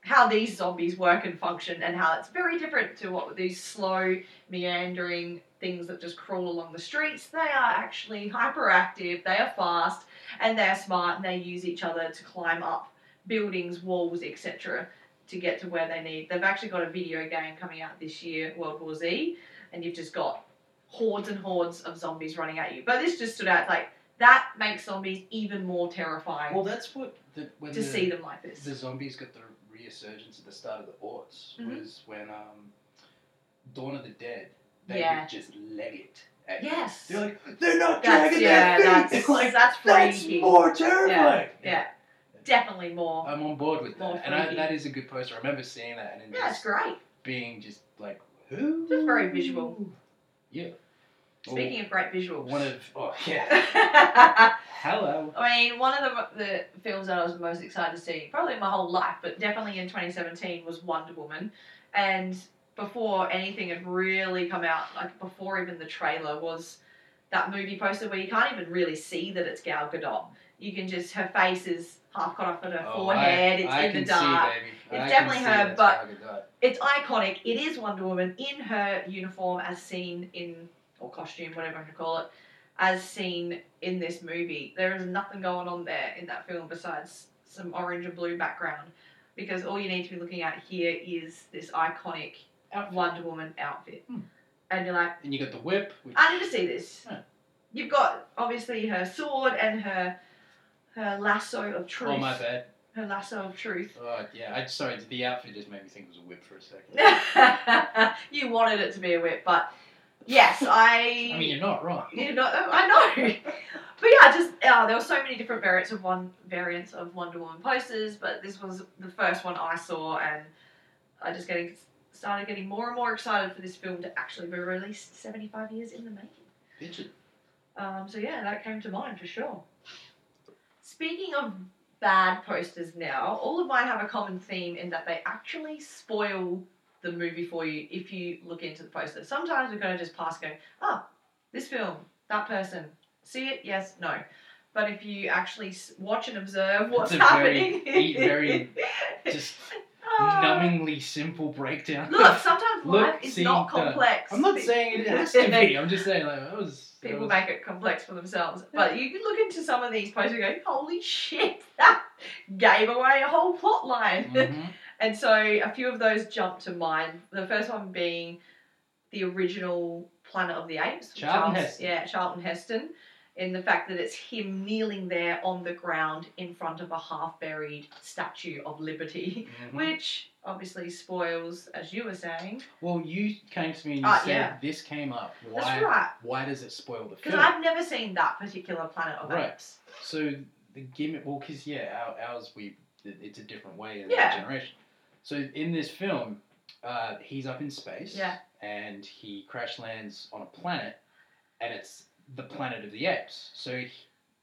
B: how these zombies work and function and how it's very different to what these slow meandering things that just crawl along the streets they are actually hyperactive they are fast and they're smart and they use each other to climb up buildings walls etc to get to where they need. They've actually got a video game coming out this year, World War Z, and you've just got hordes and hordes of zombies running at you. But this just stood out it's like that makes zombies even more terrifying
A: Well, that's what the, when
B: to
A: the,
B: see them like this.
A: the zombies got the resurgence at the start of the aughts
B: Mhm.
A: was when um, Dawn of the Dead they
B: Yeah.
A: would just leg it. At you.
B: yes.
A: They're like they're not
B: That's
A: dragging
B: yeah,
A: their feet.
B: that's
A: like
B: that's
A: that's
B: freaky.
A: more Um, terrifying.
B: yeah. Definitely more.
A: I'm on board with
B: More
A: that, and I,
B: freaky.
A: that is a good poster. I remember seeing that, and it
B: yeah,
A: just
B: it's great.
A: being just like who?
B: Just very visual.
A: Yeah.
B: Speaking of great
A: Or
B: visuals.
A: one of oh yeah.
B: I
A: Hello.
B: mean, one of the, the films that I was most excited to see, probably my whole life, but definitely in 2017, was Wonder Woman. And before anything had really come out, like before even the trailer, was that movie poster where you can't even really see that it's Gal Gadot. You can just, her face is half cut off on her
A: Oh,
B: forehead. it's
A: I
B: in
A: can
B: the dark.
A: See, baby. I
B: It's
A: can see
B: definitely her,
A: that's
B: but-
A: Gal Gadot.
B: It's iconic. It is Wonder Woman in her uniform, as seen in or costume, whatever you want to call it, as seen in this movie. There is nothing going on there in that film besides some orange and blue background, because all you need to be looking at here is this iconic Wonder Woman outfit,
A: Hmm.
B: and you're like.
A: And you got the whip. Which,
B: I need to see this.
A: Yeah.
B: You've got obviously her sword and her her lasso of truth.
A: oh my bad.
B: Her lasso of truth.
A: Oh yeah. I sorry. The outfit just made me think it was a whip for a second.
B: you wanted it to be a whip, but yes, I.
A: I mean, you're not wrong.
B: you know, oh, I know. But yeah, just uh, there were so many different variants of one variants of Wonder Woman posters, but this was the first one I saw, and I just getting started getting more and more excited for this film to actually be released seventy five years in the making.
A: Bitch it.
B: Um, so yeah, that came to mind for sure. Speaking of bad posters now, all of mine have a common theme in that they actually spoil the movie for you if you look into the poster. Sometimes we're going to just pass going, ah, this film, that person, see it, yes, no. But if you actually s- watch and observe what's
A: a very-
B: happening,
A: very Just
B: Ah.
A: numbingly simple breakdown.
B: Look, sometimes
A: Look,
B: life is
A: see,
B: not
A: done.
B: complex.
A: I'm not saying it has to be. I'm just saying like that was. that
B: people
A: was-
B: make it complex for themselves. But you can look into some of these posts and go, holy shit, that gave away a whole plot line.
A: Mhm.
B: and so a few of those jump to mind. The first one being the original Planet of the Apes. with
A: Charlton Heston.
B: Yeah, Charlton Heston. In the fact that it's him kneeling there on the ground in front of a half buried statue of liberty,
A: Mhm.
B: which obviously spoils, as you were saying.
A: Well, you came to me and you
B: Ah,
A: said
B: yeah.
A: this came up. Why?
B: That's right.
A: Why does it spoil the
B: Because
A: film?
B: I've never seen that particular Planet of
A: Right.
B: Apes.
A: So the gimmick, well, because yeah, our, ours we it- it's a different way in
B: Yeah.
A: our generation. So in this film, uh, he's up in space,
B: Yeah.
A: and he crash lands on a planet, and it's the planet of the apes. So he,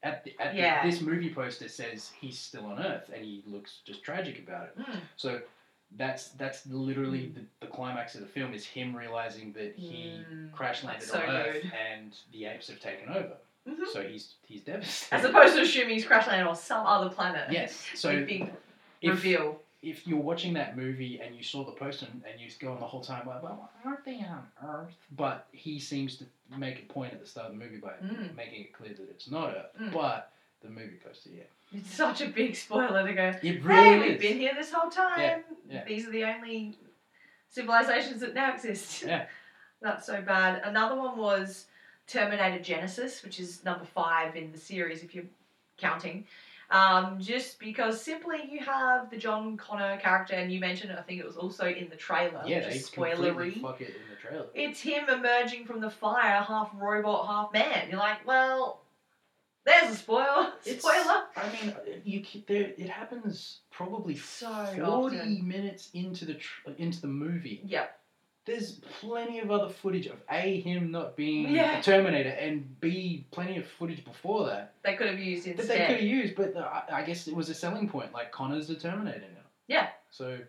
A: at the, at the-
B: Yeah.
A: this movie poster says he's still on Earth, and he looks just tragic about it.
B: Mm.
A: So that's that's literally the, the climax of the film is him realizing that he
B: Mm.
A: crash landed
B: That's so
A: on Earth,
B: good.
A: and the apes have taken over.
B: Mhm.
A: So he's he's devastated.
B: As opposed to assuming he's crash landed on some other planet.
A: Yes. So
B: Big, big
A: if,
B: reveal.
A: if you're watching that movie and you saw the poster and, and you go on the whole time, like, well, aren't they on Earth? But he seems to make a point at the start of the movie by
B: Mm.
A: making it clear that it's not Earth,
B: Mm.
A: but the movie poster, yeah.
B: It's such a big spoiler to go,
A: It
B: hey,
A: really
B: we've
A: is.
B: been here this whole time.
A: yeah.
B: These are the only civilizations that now exist.
A: Yeah.
B: That's so bad. Another one was Terminator Genesis, which is number five in the series if you're counting. Um, just because simply you have the John Connor character, and you mentioned it, I think it was also in the trailer,
A: yeah,
B: which
A: they
B: is
A: completely
B: spoilery.
A: fuck it in the trailer.
B: it's him emerging from the fire, half robot, half man. You're like, well, there's a spoiler.
A: It's-
B: Spoiler.
A: I mean, you c- there, it happens probably
B: So
A: forty
B: often.
A: minutes into the tr- into the movie.
B: Yep.
A: There's plenty of other footage of a him not being
B: Yeah.
A: a Terminator and b plenty of footage before that.
B: They could have used
A: that they could have
B: instead.
A: used, but the, I I guess it was a selling point. Like Connor's the Terminator now.
B: Yeah.
A: So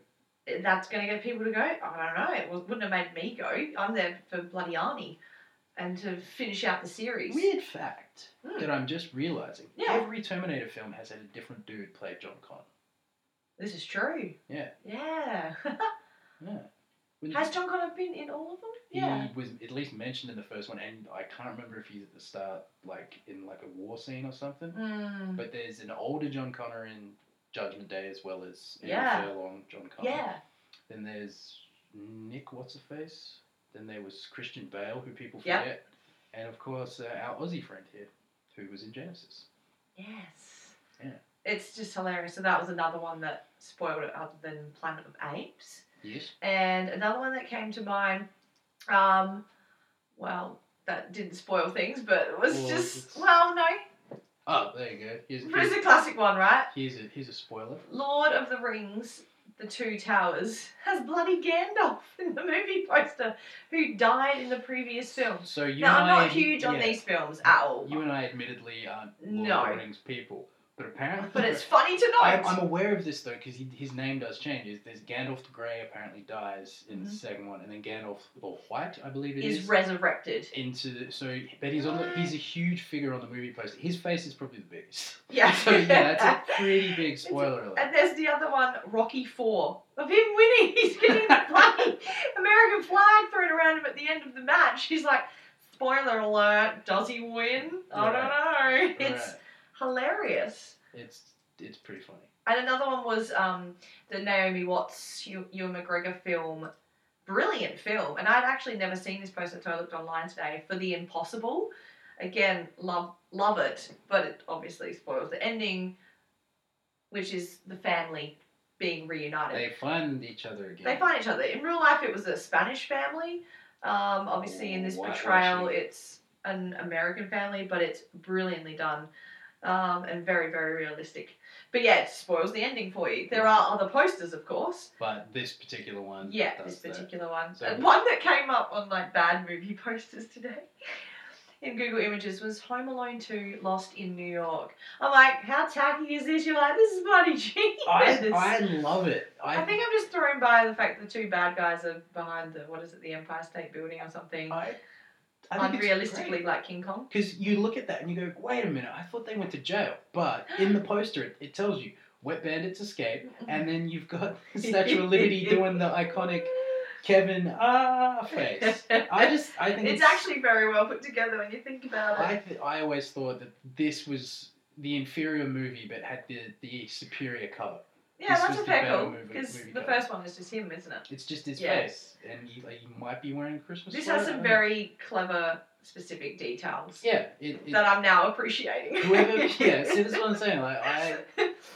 B: That's going to get people to go, I don't know. It w- wouldn't have made me go. I'm there for bloody Arnie and to finish out the series.
A: weird fact
B: Hmm.
A: that I'm just realizing:
B: Yeah.
A: every Terminator film has had a different dude play John Connor.
B: This is true.
A: Yeah.
B: Yeah.
A: Yeah. When
B: Has John Connor been in all of them?
A: he
B: Yeah.
A: was at least mentioned in the first one, and I can't remember if he's at the start, like in like a war scene or something.
B: Mm.
A: But there's an older John Connor in Judgment Day as well as Andy
B: Yeah.
A: Furlong John Connor.
B: Yeah.
A: Then there's Nick, what's her face? Then there was Christian Bale, who people
B: Yeah.
A: forget. And of course, uh, our Aussie friend here, who was in Genesis.
B: Yes.
A: Yeah.
B: It's just hilarious. So that was another one that spoiled it, other than Planet of Apes.
A: Yes.
B: And another one that came to mind, um, well, that didn't spoil things, but it was
A: Well,
B: just,
A: it's-
B: well, no,
A: Oh, there you go. Here's,
B: it was
A: here's,
B: a classic one, right?
A: here's, a, here's a spoiler.
B: Lord of the Rings, The Two Towers, has bloody Gandalf in the movie poster, who died in the previous film.
A: So you
B: now,
A: and
B: I'm
A: I,
B: not huge on
A: yeah,
B: these films at all.
A: You and I admittedly aren't Lord
B: No.
A: of the Rings people, But apparently,
B: But it's funny tonight.
A: I'm, I'm aware of this though because his name does change. Is There's Gandalf the Grey apparently dies in the
B: Mhm.
A: second one, and then Gandalf the White, I believe it is,
B: is resurrected.
A: into so. But he's on the,
B: Mm.
A: he's a huge figure on the movie poster. His face is probably the biggest.
B: Yeah.
A: So yeah, that's a pretty big spoiler alert.
B: And there's the other one, Rocky Four, of him winning. He's getting the bloody American flag thrown around him at the end of the match. He's like, spoiler alert, does he win? I don't know. It's
A: Right.
B: hilarious.
A: It's it's pretty funny.
B: And another one was um, the Naomi Watts, Hugh, Ewan McGregor film. Brilliant film. And I'd actually never seen this poster until I looked online today for The Impossible. Again, love love it, but it obviously spoils the ending, which is the family being reunited.
A: They find each other again.
B: They find each other. In real life, it was a Spanish family. Um, obviously, in this
A: Why- why
B: portrayal,
A: she-
B: it's an American family, but it's brilliantly done um, and very, very realistic. But yeah, it spoils the ending for you. There are other posters, of course.
A: but this particular one.
B: Yeah,
A: does
B: this
A: that.
B: particular one.
A: So-
B: and one that came up on like bad movie posters today in Google Images was Home Alone 2 Lost in New York. I'm like, how tacky is this? You're like, this is bloody genius.
A: I, I love it. I,
B: I think I'm just thrown by the fact the two bad guys are behind the what is it, the Empire State Building or something,
A: I, I think it's great.
B: unrealistically like King Kong.
A: Because you look at that and you go, wait a minute, I thought they went to jail. But in the poster, it, it tells you wet bandits escape, and then you've got Statue of Liberty doing the iconic Kevin ah face. I just, I think
B: it's actually very well put together when you think about it.
A: I, th- I always thought that this was the inferior movie, but had the the superior color.
B: yeah,
A: this
B: that's
A: was
B: a
A: the
B: fair
A: better
B: call
A: movie-
B: because
A: movie
B: the
A: though.
B: first one is just him, isn't it?
A: It's just his
B: Yeah.
A: face, and he, like, he might be wearing a Christmas.
B: This
A: sweater,
B: has
A: I
B: some
A: don't know.
B: very clever, specific details
A: yeah. It, it,
B: that I'm now appreciating.
A: whoever, yeah. See, that's what I'm saying. Like I,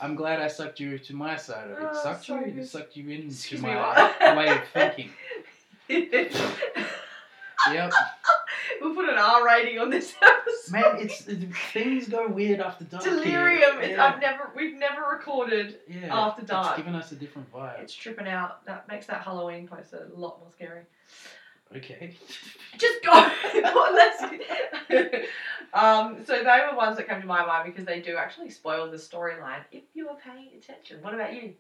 A: I'm glad I sucked you to my side of it.
B: Oh,
A: sucked
B: so
A: you,
B: good.
A: it sucked you into
B: Excuse me,
A: my
B: what?
A: way of thinking. Yep,
B: we'll put an R rating on this episode.
A: man, it's it- things go weird after dark. here.
B: Delirium. It's,
A: Yeah,
B: I've never. We've never recorded
A: yeah.
B: after dark.
A: It's given us a different vibe.
B: It's tripping out. That makes that Halloween poster a lot more scary.
A: Okay.
B: Just go. Well, let's- um, so they were ones that come to my mind because they do actually spoil the storyline if you are paying attention. What about you?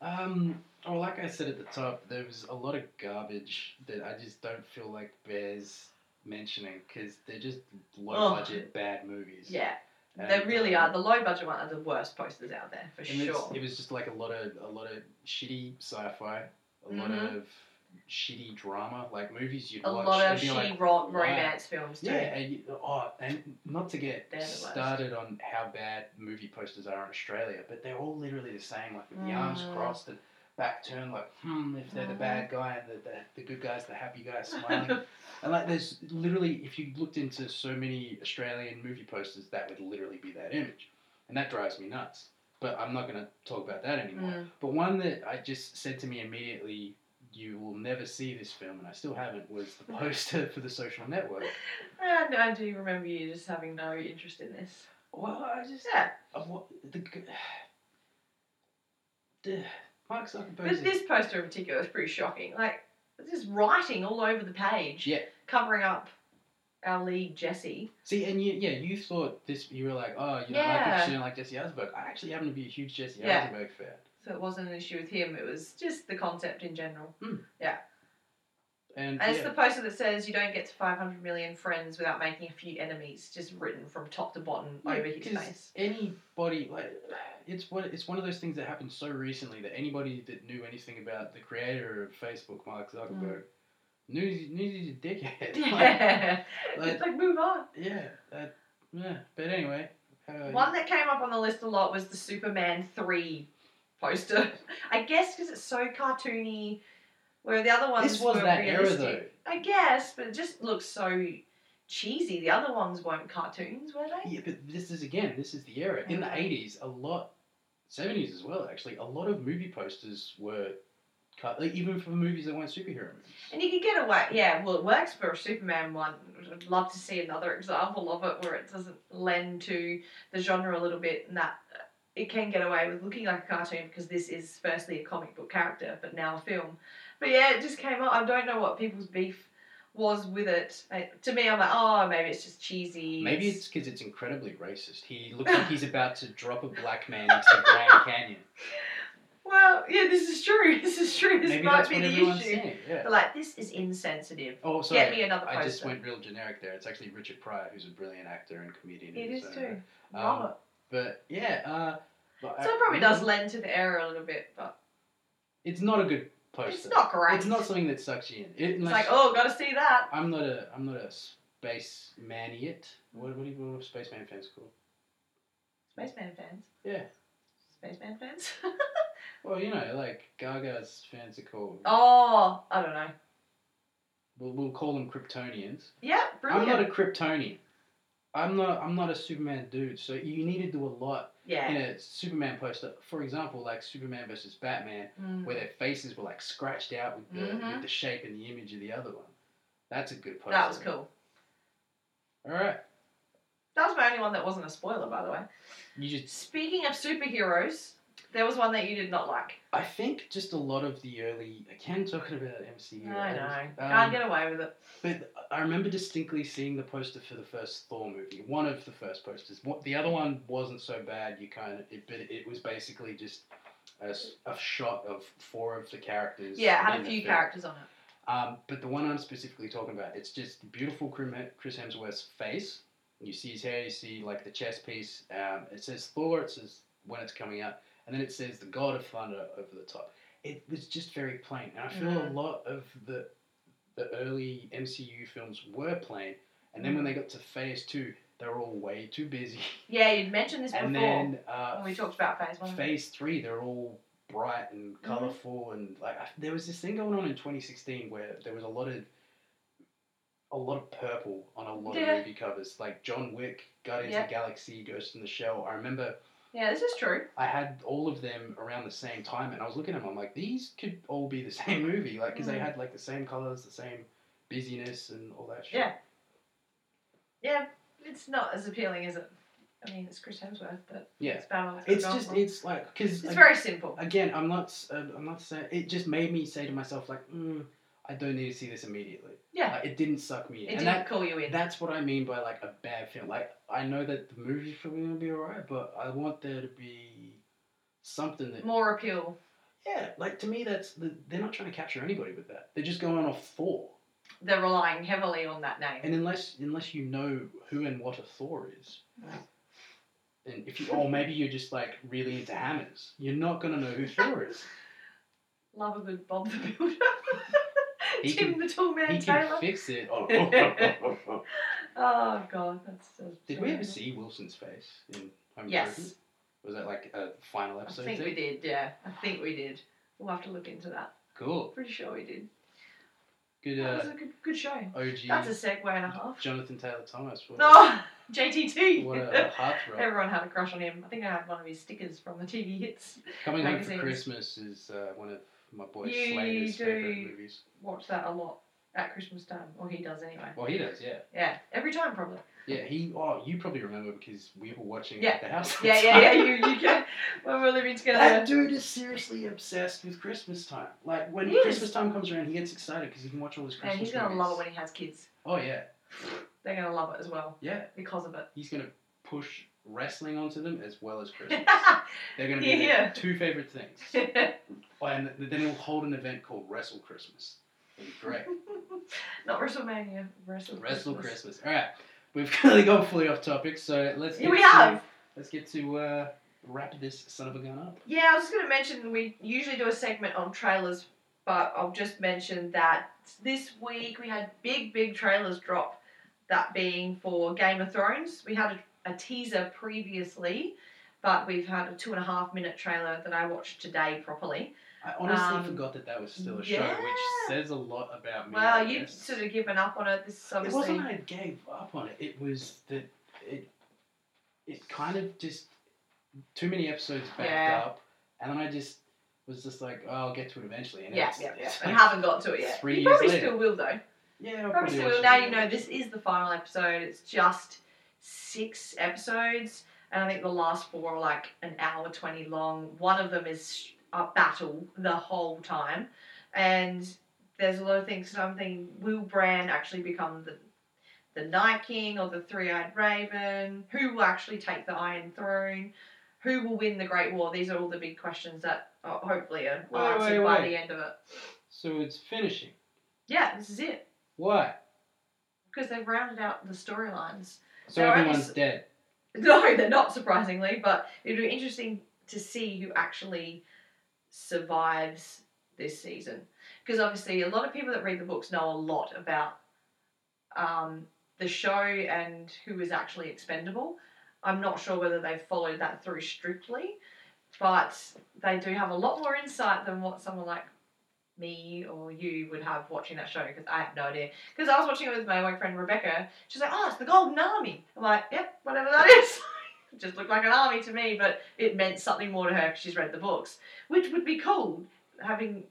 A: Um. Well, like I said at the top, there was a lot of garbage that I just don't feel like bears mentioning because they're just low budget bad movies.
B: Oh. Yeah,
A: And,
B: they really
A: um,
B: are. The low budget one are the worst posters out there for
A: And it's-
B: sure.
A: It was just like a lot of a lot of shitty sci-fi, a lot
B: Mhm.
A: of shitty drama, like movies you'd
B: A
A: watch
B: lot
A: and
B: of
A: be
B: she
A: like,
B: ro-
A: "Wow."
B: romance films too.
A: Yeah, and you, oh, and not to get
B: They're the worst.
A: started on how bad movie posters are in Australia, but they're all literally the same, like with the arms
B: Mm.
A: crossed and back turned, like hmm, if they're the
B: Mhm.
A: bad guy and the, the the good guy's the happy guy smiling, and like there's literally if you looked into so many Australian movie posters, that would literally be that image, and that drives me nuts. But I'm not gonna talk about that anymore.
B: Mm.
A: But one that I just said to me immediately, you will never see this film, and I still haven't, was the poster for The Social Network.
B: And I do remember you just having no interest in this.
A: Well, I just
B: Yeah,
A: of what the, g- the Mark Zuckerberg.
B: but this poster in particular is pretty shocking. Like, just writing all over the page.
A: yeah.
B: covering up our lead Jesse.
A: See, and you, yeah, you thought this. You were like, oh, you don't like
B: Yeah.
A: it, you don't like Jesse Eisenberg. I actually happen to be a huge Jesse
B: Yeah.
A: Eisenberg fan.
B: So it wasn't an issue with him, it was just the concept in general.
A: And,
B: And it's
A: yeah,
B: the poster that says you don't get to 500 million friends without making a few enemies, just written from top to bottom
A: Yeah,
B: over his
A: 'cause-
B: face.
A: anybody like it's what it's one of those things that happened so recently that anybody that knew anything about the creator of Facebook, Mark Zuckerberg, knew he's- knew he's a dickhead. Like,
B: Mm. Yeah.
A: like,
B: it's like, move on.
A: yeah, that, yeah. But anyway, uh,
B: One that came up on the list a lot was the Superman 3 poster. I guess because it's so cartoony, where the other ones
A: this was
B: were
A: that era
B: realistic.
A: though.
B: I guess, but it just looks so cheesy. The other ones weren't cartoons, were they?
A: Yeah, but this is again, this is the era. In the
B: Mhm.
A: eighties, a lot, seventies as well, actually, a lot of movie posters were cut, like, even for movies that weren't superhero movies.
B: And you can get away, yeah. Well, it works for a Superman one. I'd love to see another example of it where it doesn't lend to the genre a little bit, and that uh, it can get away with looking like a cartoon because this is firstly a comic book character, but now a film. But yeah, it just came up. I don't know what people's beef was with it. I, to me, I'm like, oh, maybe it's just cheesy.
A: Maybe it's because it's incredibly racist. He looks like he's about to drop a black man into the Grand Canyon.
B: well, yeah, this is true. This is true. This
A: Maybe
B: might
A: that's
B: be
A: what
B: the
A: everyone's
B: issue.
A: saying. Yeah.
B: But like, this is insensitive.
A: Oh,
B: Get
A: sorry.
B: me another poster.
A: I just went real generic there. It's actually Richard Pryor, who's a brilliant actor and comedian.
B: It
A: in his
B: is
A: own
B: true.
A: right.
B: Love
A: Um,
B: it.
A: But yeah, uh, but I-
B: So it probably does lend to the error a little bit, but
A: It's not a good poster.
B: it's not great.
A: It's not something that sucks you in. It,
B: It's
A: unless-
B: like, oh, gotta see that.
A: I'm not a I'm not a space man yet. What what do you what are spaceman fans called?
B: Spaceman fans.
A: Yeah.
B: Spaceman fans.
A: Well, you know, like Gaga's fans are called.
B: oh, I don't know.
A: We'll, we'll call them Kryptonians.
B: Yeah,
A: I'm
B: brilliant.
A: not a Kryptonian. I'm not I'm not a Superman dude. So you need to do a lot in
B: yeah.
A: a Superman poster. For example, like Superman versus Batman,
B: Mm.
A: where their faces were like scratched out with the,
B: Mhm.
A: with the shape and the image of the other one. That's a good poster.
B: That was cool.
A: All right.
B: That was my only one that wasn't a spoiler, by the way.
A: You just
B: Speaking of superheroes, there was one that you did not like.
A: I think just a lot of the early. Again, talking about MCU.
B: I know.
A: Um,
B: Can't get away with it.
A: But I remember distinctly seeing the poster for the first Thor movie. One of the first posters. What the other one wasn't so bad. You kind of, it, but it was basically just a, s- a shot of four of the characters.
B: Yeah, it had
A: in
B: a
A: the
B: few
A: film.
B: characters on it.
A: Um, but the one I'm specifically talking about, it's just beautiful Crim- Chris Hemsworth's face. You see his hair. You see like the chest piece. Um, it says Thor. It says when it's coming out, and then it says the God of Thunder over the top. It was just very plain, and I feel a
B: Mhm.
A: lot of the the early MCU films were plain, and then when
B: Mm-hmm.
A: they got to Phase Two, they were all way too busy.
B: Yeah, you'd mentioned this before
A: And then
B: when
A: uh,
B: we talked about Phase One.
A: Phase Three, they're all bright and
B: Mm-hmm.
A: colorful, and like I, there was this thing going on in 2016 where there was a lot of a lot of purple on a lot
B: Yeah.
A: of movie covers, like John Wick, Guardians of
B: Yeah.
A: the Galaxy, Ghost in the Shell. I remember
B: Yeah, this is true.
A: I had all of them around the same time, and I was looking at them. I'm like, these could all be the same movie, like because they
B: Mm.
A: had like the same colors, the same busyness, and all that shit.
B: Yeah. Yeah, it's not as appealing, is it? I mean, it's Chris Hemsworth, but
A: Yeah.
B: it's about what they're
A: It's
B: going
A: just
B: for.
A: it's like because
B: It's very simple.
A: again, I'm not. s- uh, I'm not saying it. Just made me say to myself, like, mm, I don't need to see this immediately.
B: Yeah,
A: Like, Uh, it didn't suck me
B: it
A: in,
B: didn't
A: and that
B: call you in.
A: that's what I mean by like a bad film. Like, I know that the movie's probably gonna be alright, but I want there to be something that.
B: More appeal.
A: Yeah, like to me, that's the, they're not trying to capture anybody with that. They're just going off Thor,
B: They're relying heavily on that name.
A: and unless unless you know who and what a Thor is. And if you, or maybe you're just like really into hammers, you're not gonna know who Thor is.
B: Love a good Bob the Builder.
A: He
B: Tim the Tall Man
A: He
B: Taylor.
A: can fix it.
B: Oh god, that's so
A: Did we ever see Wilson's face in Home
B: Yes,
A: Improvement? Was that like a final
B: I
A: episode?
B: think we
A: thing?
B: did. Yeah, I think we did. We'll have to look into that.
A: Cool.
B: Pretty sure we did.
A: Good
B: That
A: uh,
B: was a good, good show. That's a
A: OG
B: segue and a half. Oh,
A: Jonathan Taylor Thomas. What,
B: No,
A: a,
B: JTT.
A: what a heartthrob.
B: Everyone had a crush on him. I think I had one of his stickers from the TV hits.
A: Coming Home for
B: magazines.
A: Christmas is uh, one of my boy
B: You
A: Slater's
B: do.
A: favourite movies.
B: Watch that a lot at Christmas time, or he does anyway.
A: Well, he does, yeah.
B: Yeah, every time probably.
A: Yeah, he, oh, you probably remember because we were watching it
B: Yeah.
A: at the house.
B: Yeah, yeah, yeah. You, you get when we're living together.
A: That dude is seriously obsessed with Christmas time. Like, when
B: He is.
A: Christmas time comes around, he gets excited because he can watch all his Christmas
B: And he's gonna love it
A: movies.
B: when he has kids.
A: Oh, yeah.
B: They're gonna love it as well
A: Yeah.
B: because of it.
A: he's going to push wrestling onto them as well as Christmas. They're going to be
B: Yeah,
A: their
B: yeah.
A: two favorite things. Oh, and th- then he'll hold an event called Wrestle Christmas. It'll be great.
B: Not WrestleMania. Wrestle.
A: Wrestle
B: Christmas.
A: Christmas. All right, we've really gone fully off topic, so let's get
B: We
A: to,
B: have.
A: Let's get to uh, wrap this son of a gun up.
B: Yeah, I was just going to mention we usually do a segment on trailers, but I'll just mention that this week we had big, big trailers drop. That being for Game of Thrones. We had a, a teaser previously, but we've had a two and a half minute trailer that I watched today properly.
A: I honestly
B: Um,
A: forgot that that was still a
B: yeah.
A: show, which says a lot about me. I
B: Well, you've
A: guess.
B: sort of given up on it. This is
A: It
B: obviously.
A: wasn't I gave up on it. It was that it it kind of just too many episodes backed
B: Yeah.
A: up, and then I just was just like, oh, I'll get to it eventually. And
B: Yeah,
A: it's-
B: yeah, yeah.
A: it's
B: I
A: like-
B: haven't got to it yet.
A: Three
B: you probably
A: years later.
B: still will though.
A: yeah, I'll
B: Probably
A: probably
B: still
A: watch
B: will.
A: it
B: Now you
A: again.
B: know this is the final episode. It's just six episodes, and I think the last four are like an hour twenty long. One of them is a battle the whole time, and there's a lot of things that I'm thinking will Brand actually become the the Night King or the Three Eyed Raven? Who will actually take the Iron Throne? Who will win the Great War? These are all the big questions that uh, hopefully are
A: Wait,
B: answered
A: wait,
B: by
A: wait.
B: the end of it.
A: So it's finishing.
B: Yeah, this is it
A: Why?
B: because they've rounded out the storylines.
A: So
B: No, I
A: everyone's
B: just-
A: dead.
B: No, they're not surprisingly, but it'd be interesting to see who actually survives this season. Because obviously, a lot of people that read the books know a lot about um, the show and who is actually expendable. I'm not sure whether they followed that through strictly, but they do have a lot more insight than what someone like me or you would have watching that show because I have no idea. Because I was watching it with my work friend Rebecca. She's like, oh, it's the Golden Army. I'm like, yep, whatever that is. it just looked like an army to me, but it meant something more to her because she's read the books, which would be cool having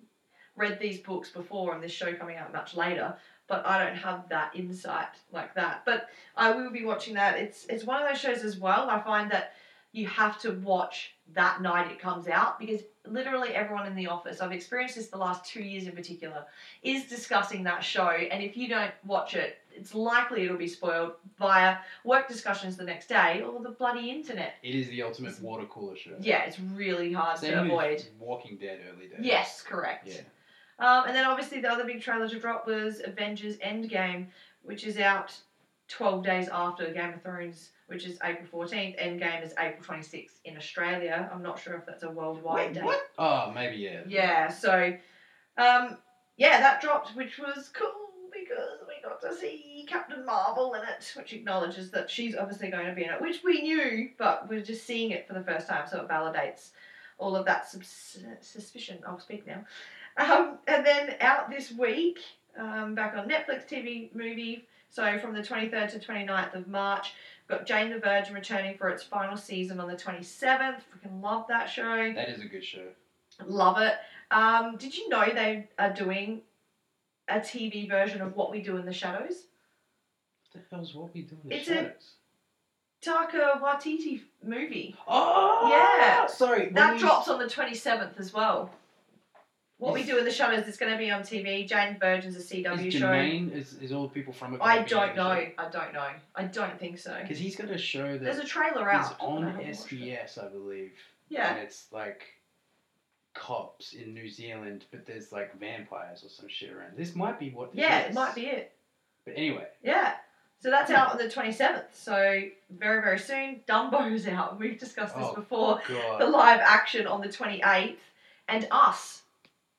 B: read these books before and this show coming out much later. But I don't have that insight like that. But I will be watching that. It's it's one of those shows as well. I find that you have to watch that night it comes out because literally everyone in the office, I've experienced this the last two years in particular, is discussing that show. And if you don't watch it, it's likely it'll be spoiled via work discussions the next day or the bloody internet.
A: It is the ultimate water cooler show.
B: Yeah, it's really hard
A: Same
B: to
A: with
B: avoid.
A: Walking Dead early days.
B: Yes, correct.
A: Yeah.
B: Um, and then obviously the other big trailer to drop was Avengers Endgame, which is out 12 days after Game of Thrones, which is April 14th. Endgame is April 26th in Australia. I'm not sure if that's a worldwide
A: Wait,
B: date.
A: what? Oh, maybe yeah.
B: Yeah, so um, yeah, that dropped, which was cool because we got to see Captain Marvel in it, which acknowledges that she's obviously going to be in it, which we knew, but we're just seeing it for the first time, so it validates all of that subs- suspicion. I'll speak now. Um, and then out this week, um, back on Netflix TV movie. So from the 23rd to 29th of March, got Jane the Virgin returning for its final season on the 27th. Freaking love that show.
A: That is a good show.
B: Love it. Um, did you know they are doing a TV version of What We Do in the Shadows?
A: What the hell's what we doing? The
B: It's a-
A: shows?
B: Taka Waititi movie.
A: Oh
B: Yeah.
A: Sorry. when
B: That
A: we-
B: drops on the 27th as well. What We
A: Is-
B: Do in the Shadows is going to be on TV. Jane Virgin's a CW
A: Is
B: show.
A: Jermaine? Is, is all the people from it?
B: I don't know. I don't know. I don't think so.
A: Because he's got a show
B: There's
A: that
B: a trailer
A: is
B: out. I
A: on
B: haven't watched it.
A: SBS, I believe.
B: Yeah.
A: And it's like cops in New Zealand, but there's like vampires or some shit around. This might be what.
B: Yeah, it
A: is.
B: might be it.
A: But anyway,
B: Yeah. So that's out on the 27th. So very, very soon. Dumbo's out. We've discussed this
A: Oh,
B: before. the
A: God.
B: live action on the 28th, and Us,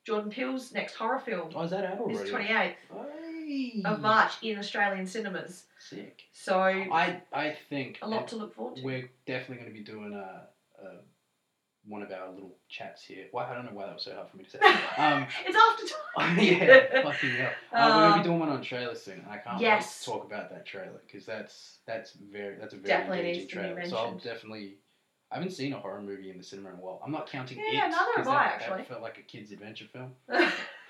B: Jordan Peele's next horror film,
A: Oh, Hmm. is that out
B: is
A: already?
B: 28th
A: Aye.
B: of March in Australian cinemas.
A: Sick.
B: So a
A: I I think
B: lot to look forward to.
A: we're definitely going to be doing a, a one of our little chats here. Why I don't know why that was so hard for me to say. Um,
B: it's after time.
A: yeah, fucking hell. Uh, we're going to
B: Um,
A: be doing one on trailers soon, and I can't
B: yes.
A: wait to talk about that trailer because that's that's very that's a very
B: Definitely
A: engaging
B: needs to be
A: trailer. So I'll
B: mentioned.
A: definitely. I haven't seen a horror movie in the cinema in a while. I'm not counting it.
B: Yeah, neither
A: 'cause
B: have I,
A: that-
B: actually.
A: That felt like a kids' adventure film.
B: that's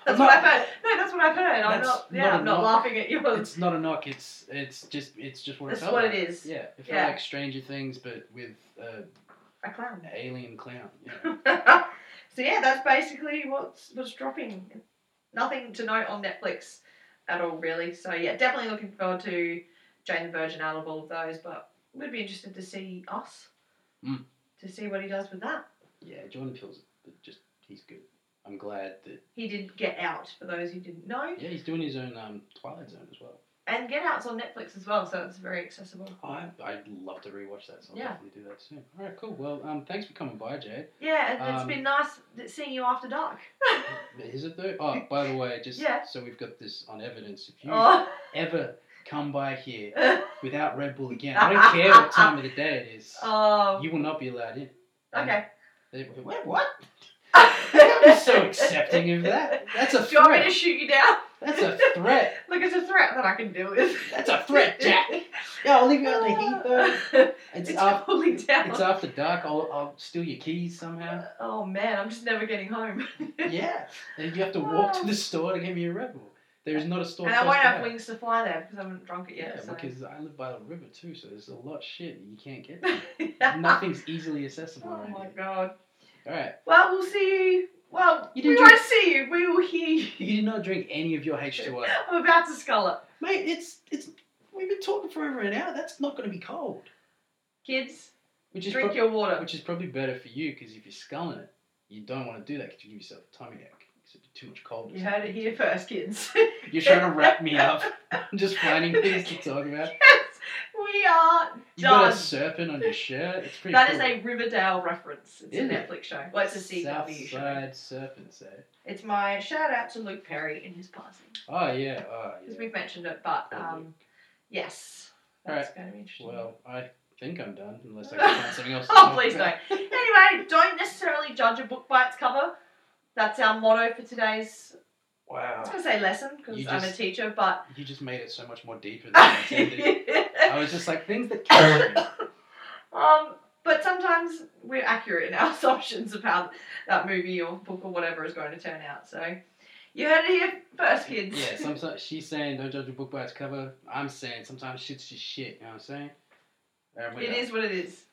A: I'm
B: what
A: not-
B: I've heard. No, that's what I've heard. I'm
A: That's
B: not. Yeah,
A: not a
B: I'm not
A: knock.
B: laughing at yours.
A: It's not a knock. It's it's just it's just what
B: That's
A: it felt
B: Oh. what
A: like.
B: it is.
A: Yeah, it felt
B: Yeah.
A: like Stranger Things, but with uh,
B: A clown.
A: an alien clown. Yeah.
B: so yeah, that's basically what's what's dropping. Nothing to note on Netflix at all, really. So yeah, definitely looking forward to Jane the Virgin out of all of those, but we'd be interested to see us
A: Mm.
B: to see what he does with that.
A: Yeah, Jordan Peele's just he's good. I'm glad that
B: He did Get Out for those who didn't know,
A: yeah he's doing his own um, Twilight Zone as well.
B: and Get Out's on Netflix as well, so it's very accessible.
A: I I'd love to rewatch that, so I'll
B: Yeah.
A: definitely do that soon. All right, cool. Well, um, thanks for coming by, Jade.
B: Yeah, and it's
A: Um,
B: been nice th- seeing you after dark.
A: Is it though? Oh, by the way, just
B: Yeah.
A: so we've got this on evidence. If you
B: Oh.
A: ever come by here without Red Bull again, I don't care what time of the day it is,
B: oh.
A: you will not be allowed in. And
B: Okay.
A: They, wait, what? Don't be so accepting of that. That's a
B: Do you want me to
A: threat.
B: shoot you down?
A: That's a threat.
B: Look, it's a threat that I can deal with.
A: That's a threat, Jack. Yeah, I'll leave you out in the heat though. It's,
B: It's,
A: after,
B: cooling down.
A: it's after dark. I'll, I'll steal your keys somehow.
B: oh man, I'm just never getting home.
A: yeah. And you have to walk to the store to get me a Red Bull. There is not a store.
B: Oh. and I
A: close
B: won't
A: by.
B: have wings to fly there because I haven't drunk it
A: Yeah,
B: yet. so.
A: because I live by the river too, so there's a lot of shit you can't get. Nothing's easily accessible
B: Oh
A: around
B: my
A: here.
B: god.
A: All right.
B: Well, we'll see you Well,
A: You
B: we
A: didn't
B: won't see you. We will hear you.
A: You did not drink any of your H2O.
B: I'm about to scull it.
A: Mate, it's it's we've been talking for over an hour. That's not going to be cold.
B: Kids,
A: Which is
B: drink
A: prob-
B: your water.
A: which is probably better for you because if you're sculling it, you don't want to do that because you give yourself a tummy ache. 'cause it'd be too much cold.
B: You heard it here first, kids.
A: You're trying to wrap me up. I'm just finding things to talk about.
B: we are.
A: You got a
B: Done.
A: serpent on your shirt. It's pretty.
B: That
A: cool.
B: is a Riverdale reference. It's
A: Is
B: a
A: it?
B: Netflix show. Well, it's a CW show.
A: Southside serpents, eh?
B: It's my shout out to Luke Perry in his passing
A: Oh yeah. Oh
B: because
A: yeah.
B: we've mentioned it, but
A: Poor
B: um, yes,
A: All
B: that's going to be interesting.
A: Well, I think I'm done unless I can find something else. to
B: Oh,
A: talk
B: please
A: about.
B: anyway, don't necessarily judge a book by its cover. That's our motto for today's. I was
A: Wow.
B: going to say lesson because
A: You
B: I'm a
A: just-
B: teacher, but
A: You just made it so much more deeper than I intended. I
B: um,
A: was just like things that catch me.
B: but sometimes we're accurate in our assumptions of how that movie or book or whatever is going to turn out. So you heard it here first, kids.
A: Yeah, sometimes she's saying don't judge a book by its cover. I'm saying sometimes shit's just shit. You know what I'm saying? There we
B: It
A: go.
B: is what it is.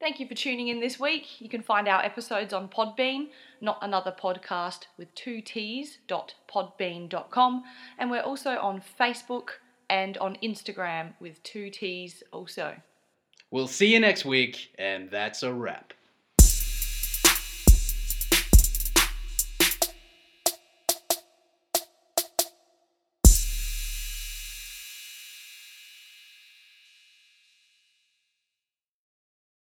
C: Thank you for tuning in this week. You can find our episodes on Podbean, not another podcast with two T's, dot podbean.com. And we're also on Facebook and on Instagram with two T's also.
A: We'll see you next week, and that's a wrap.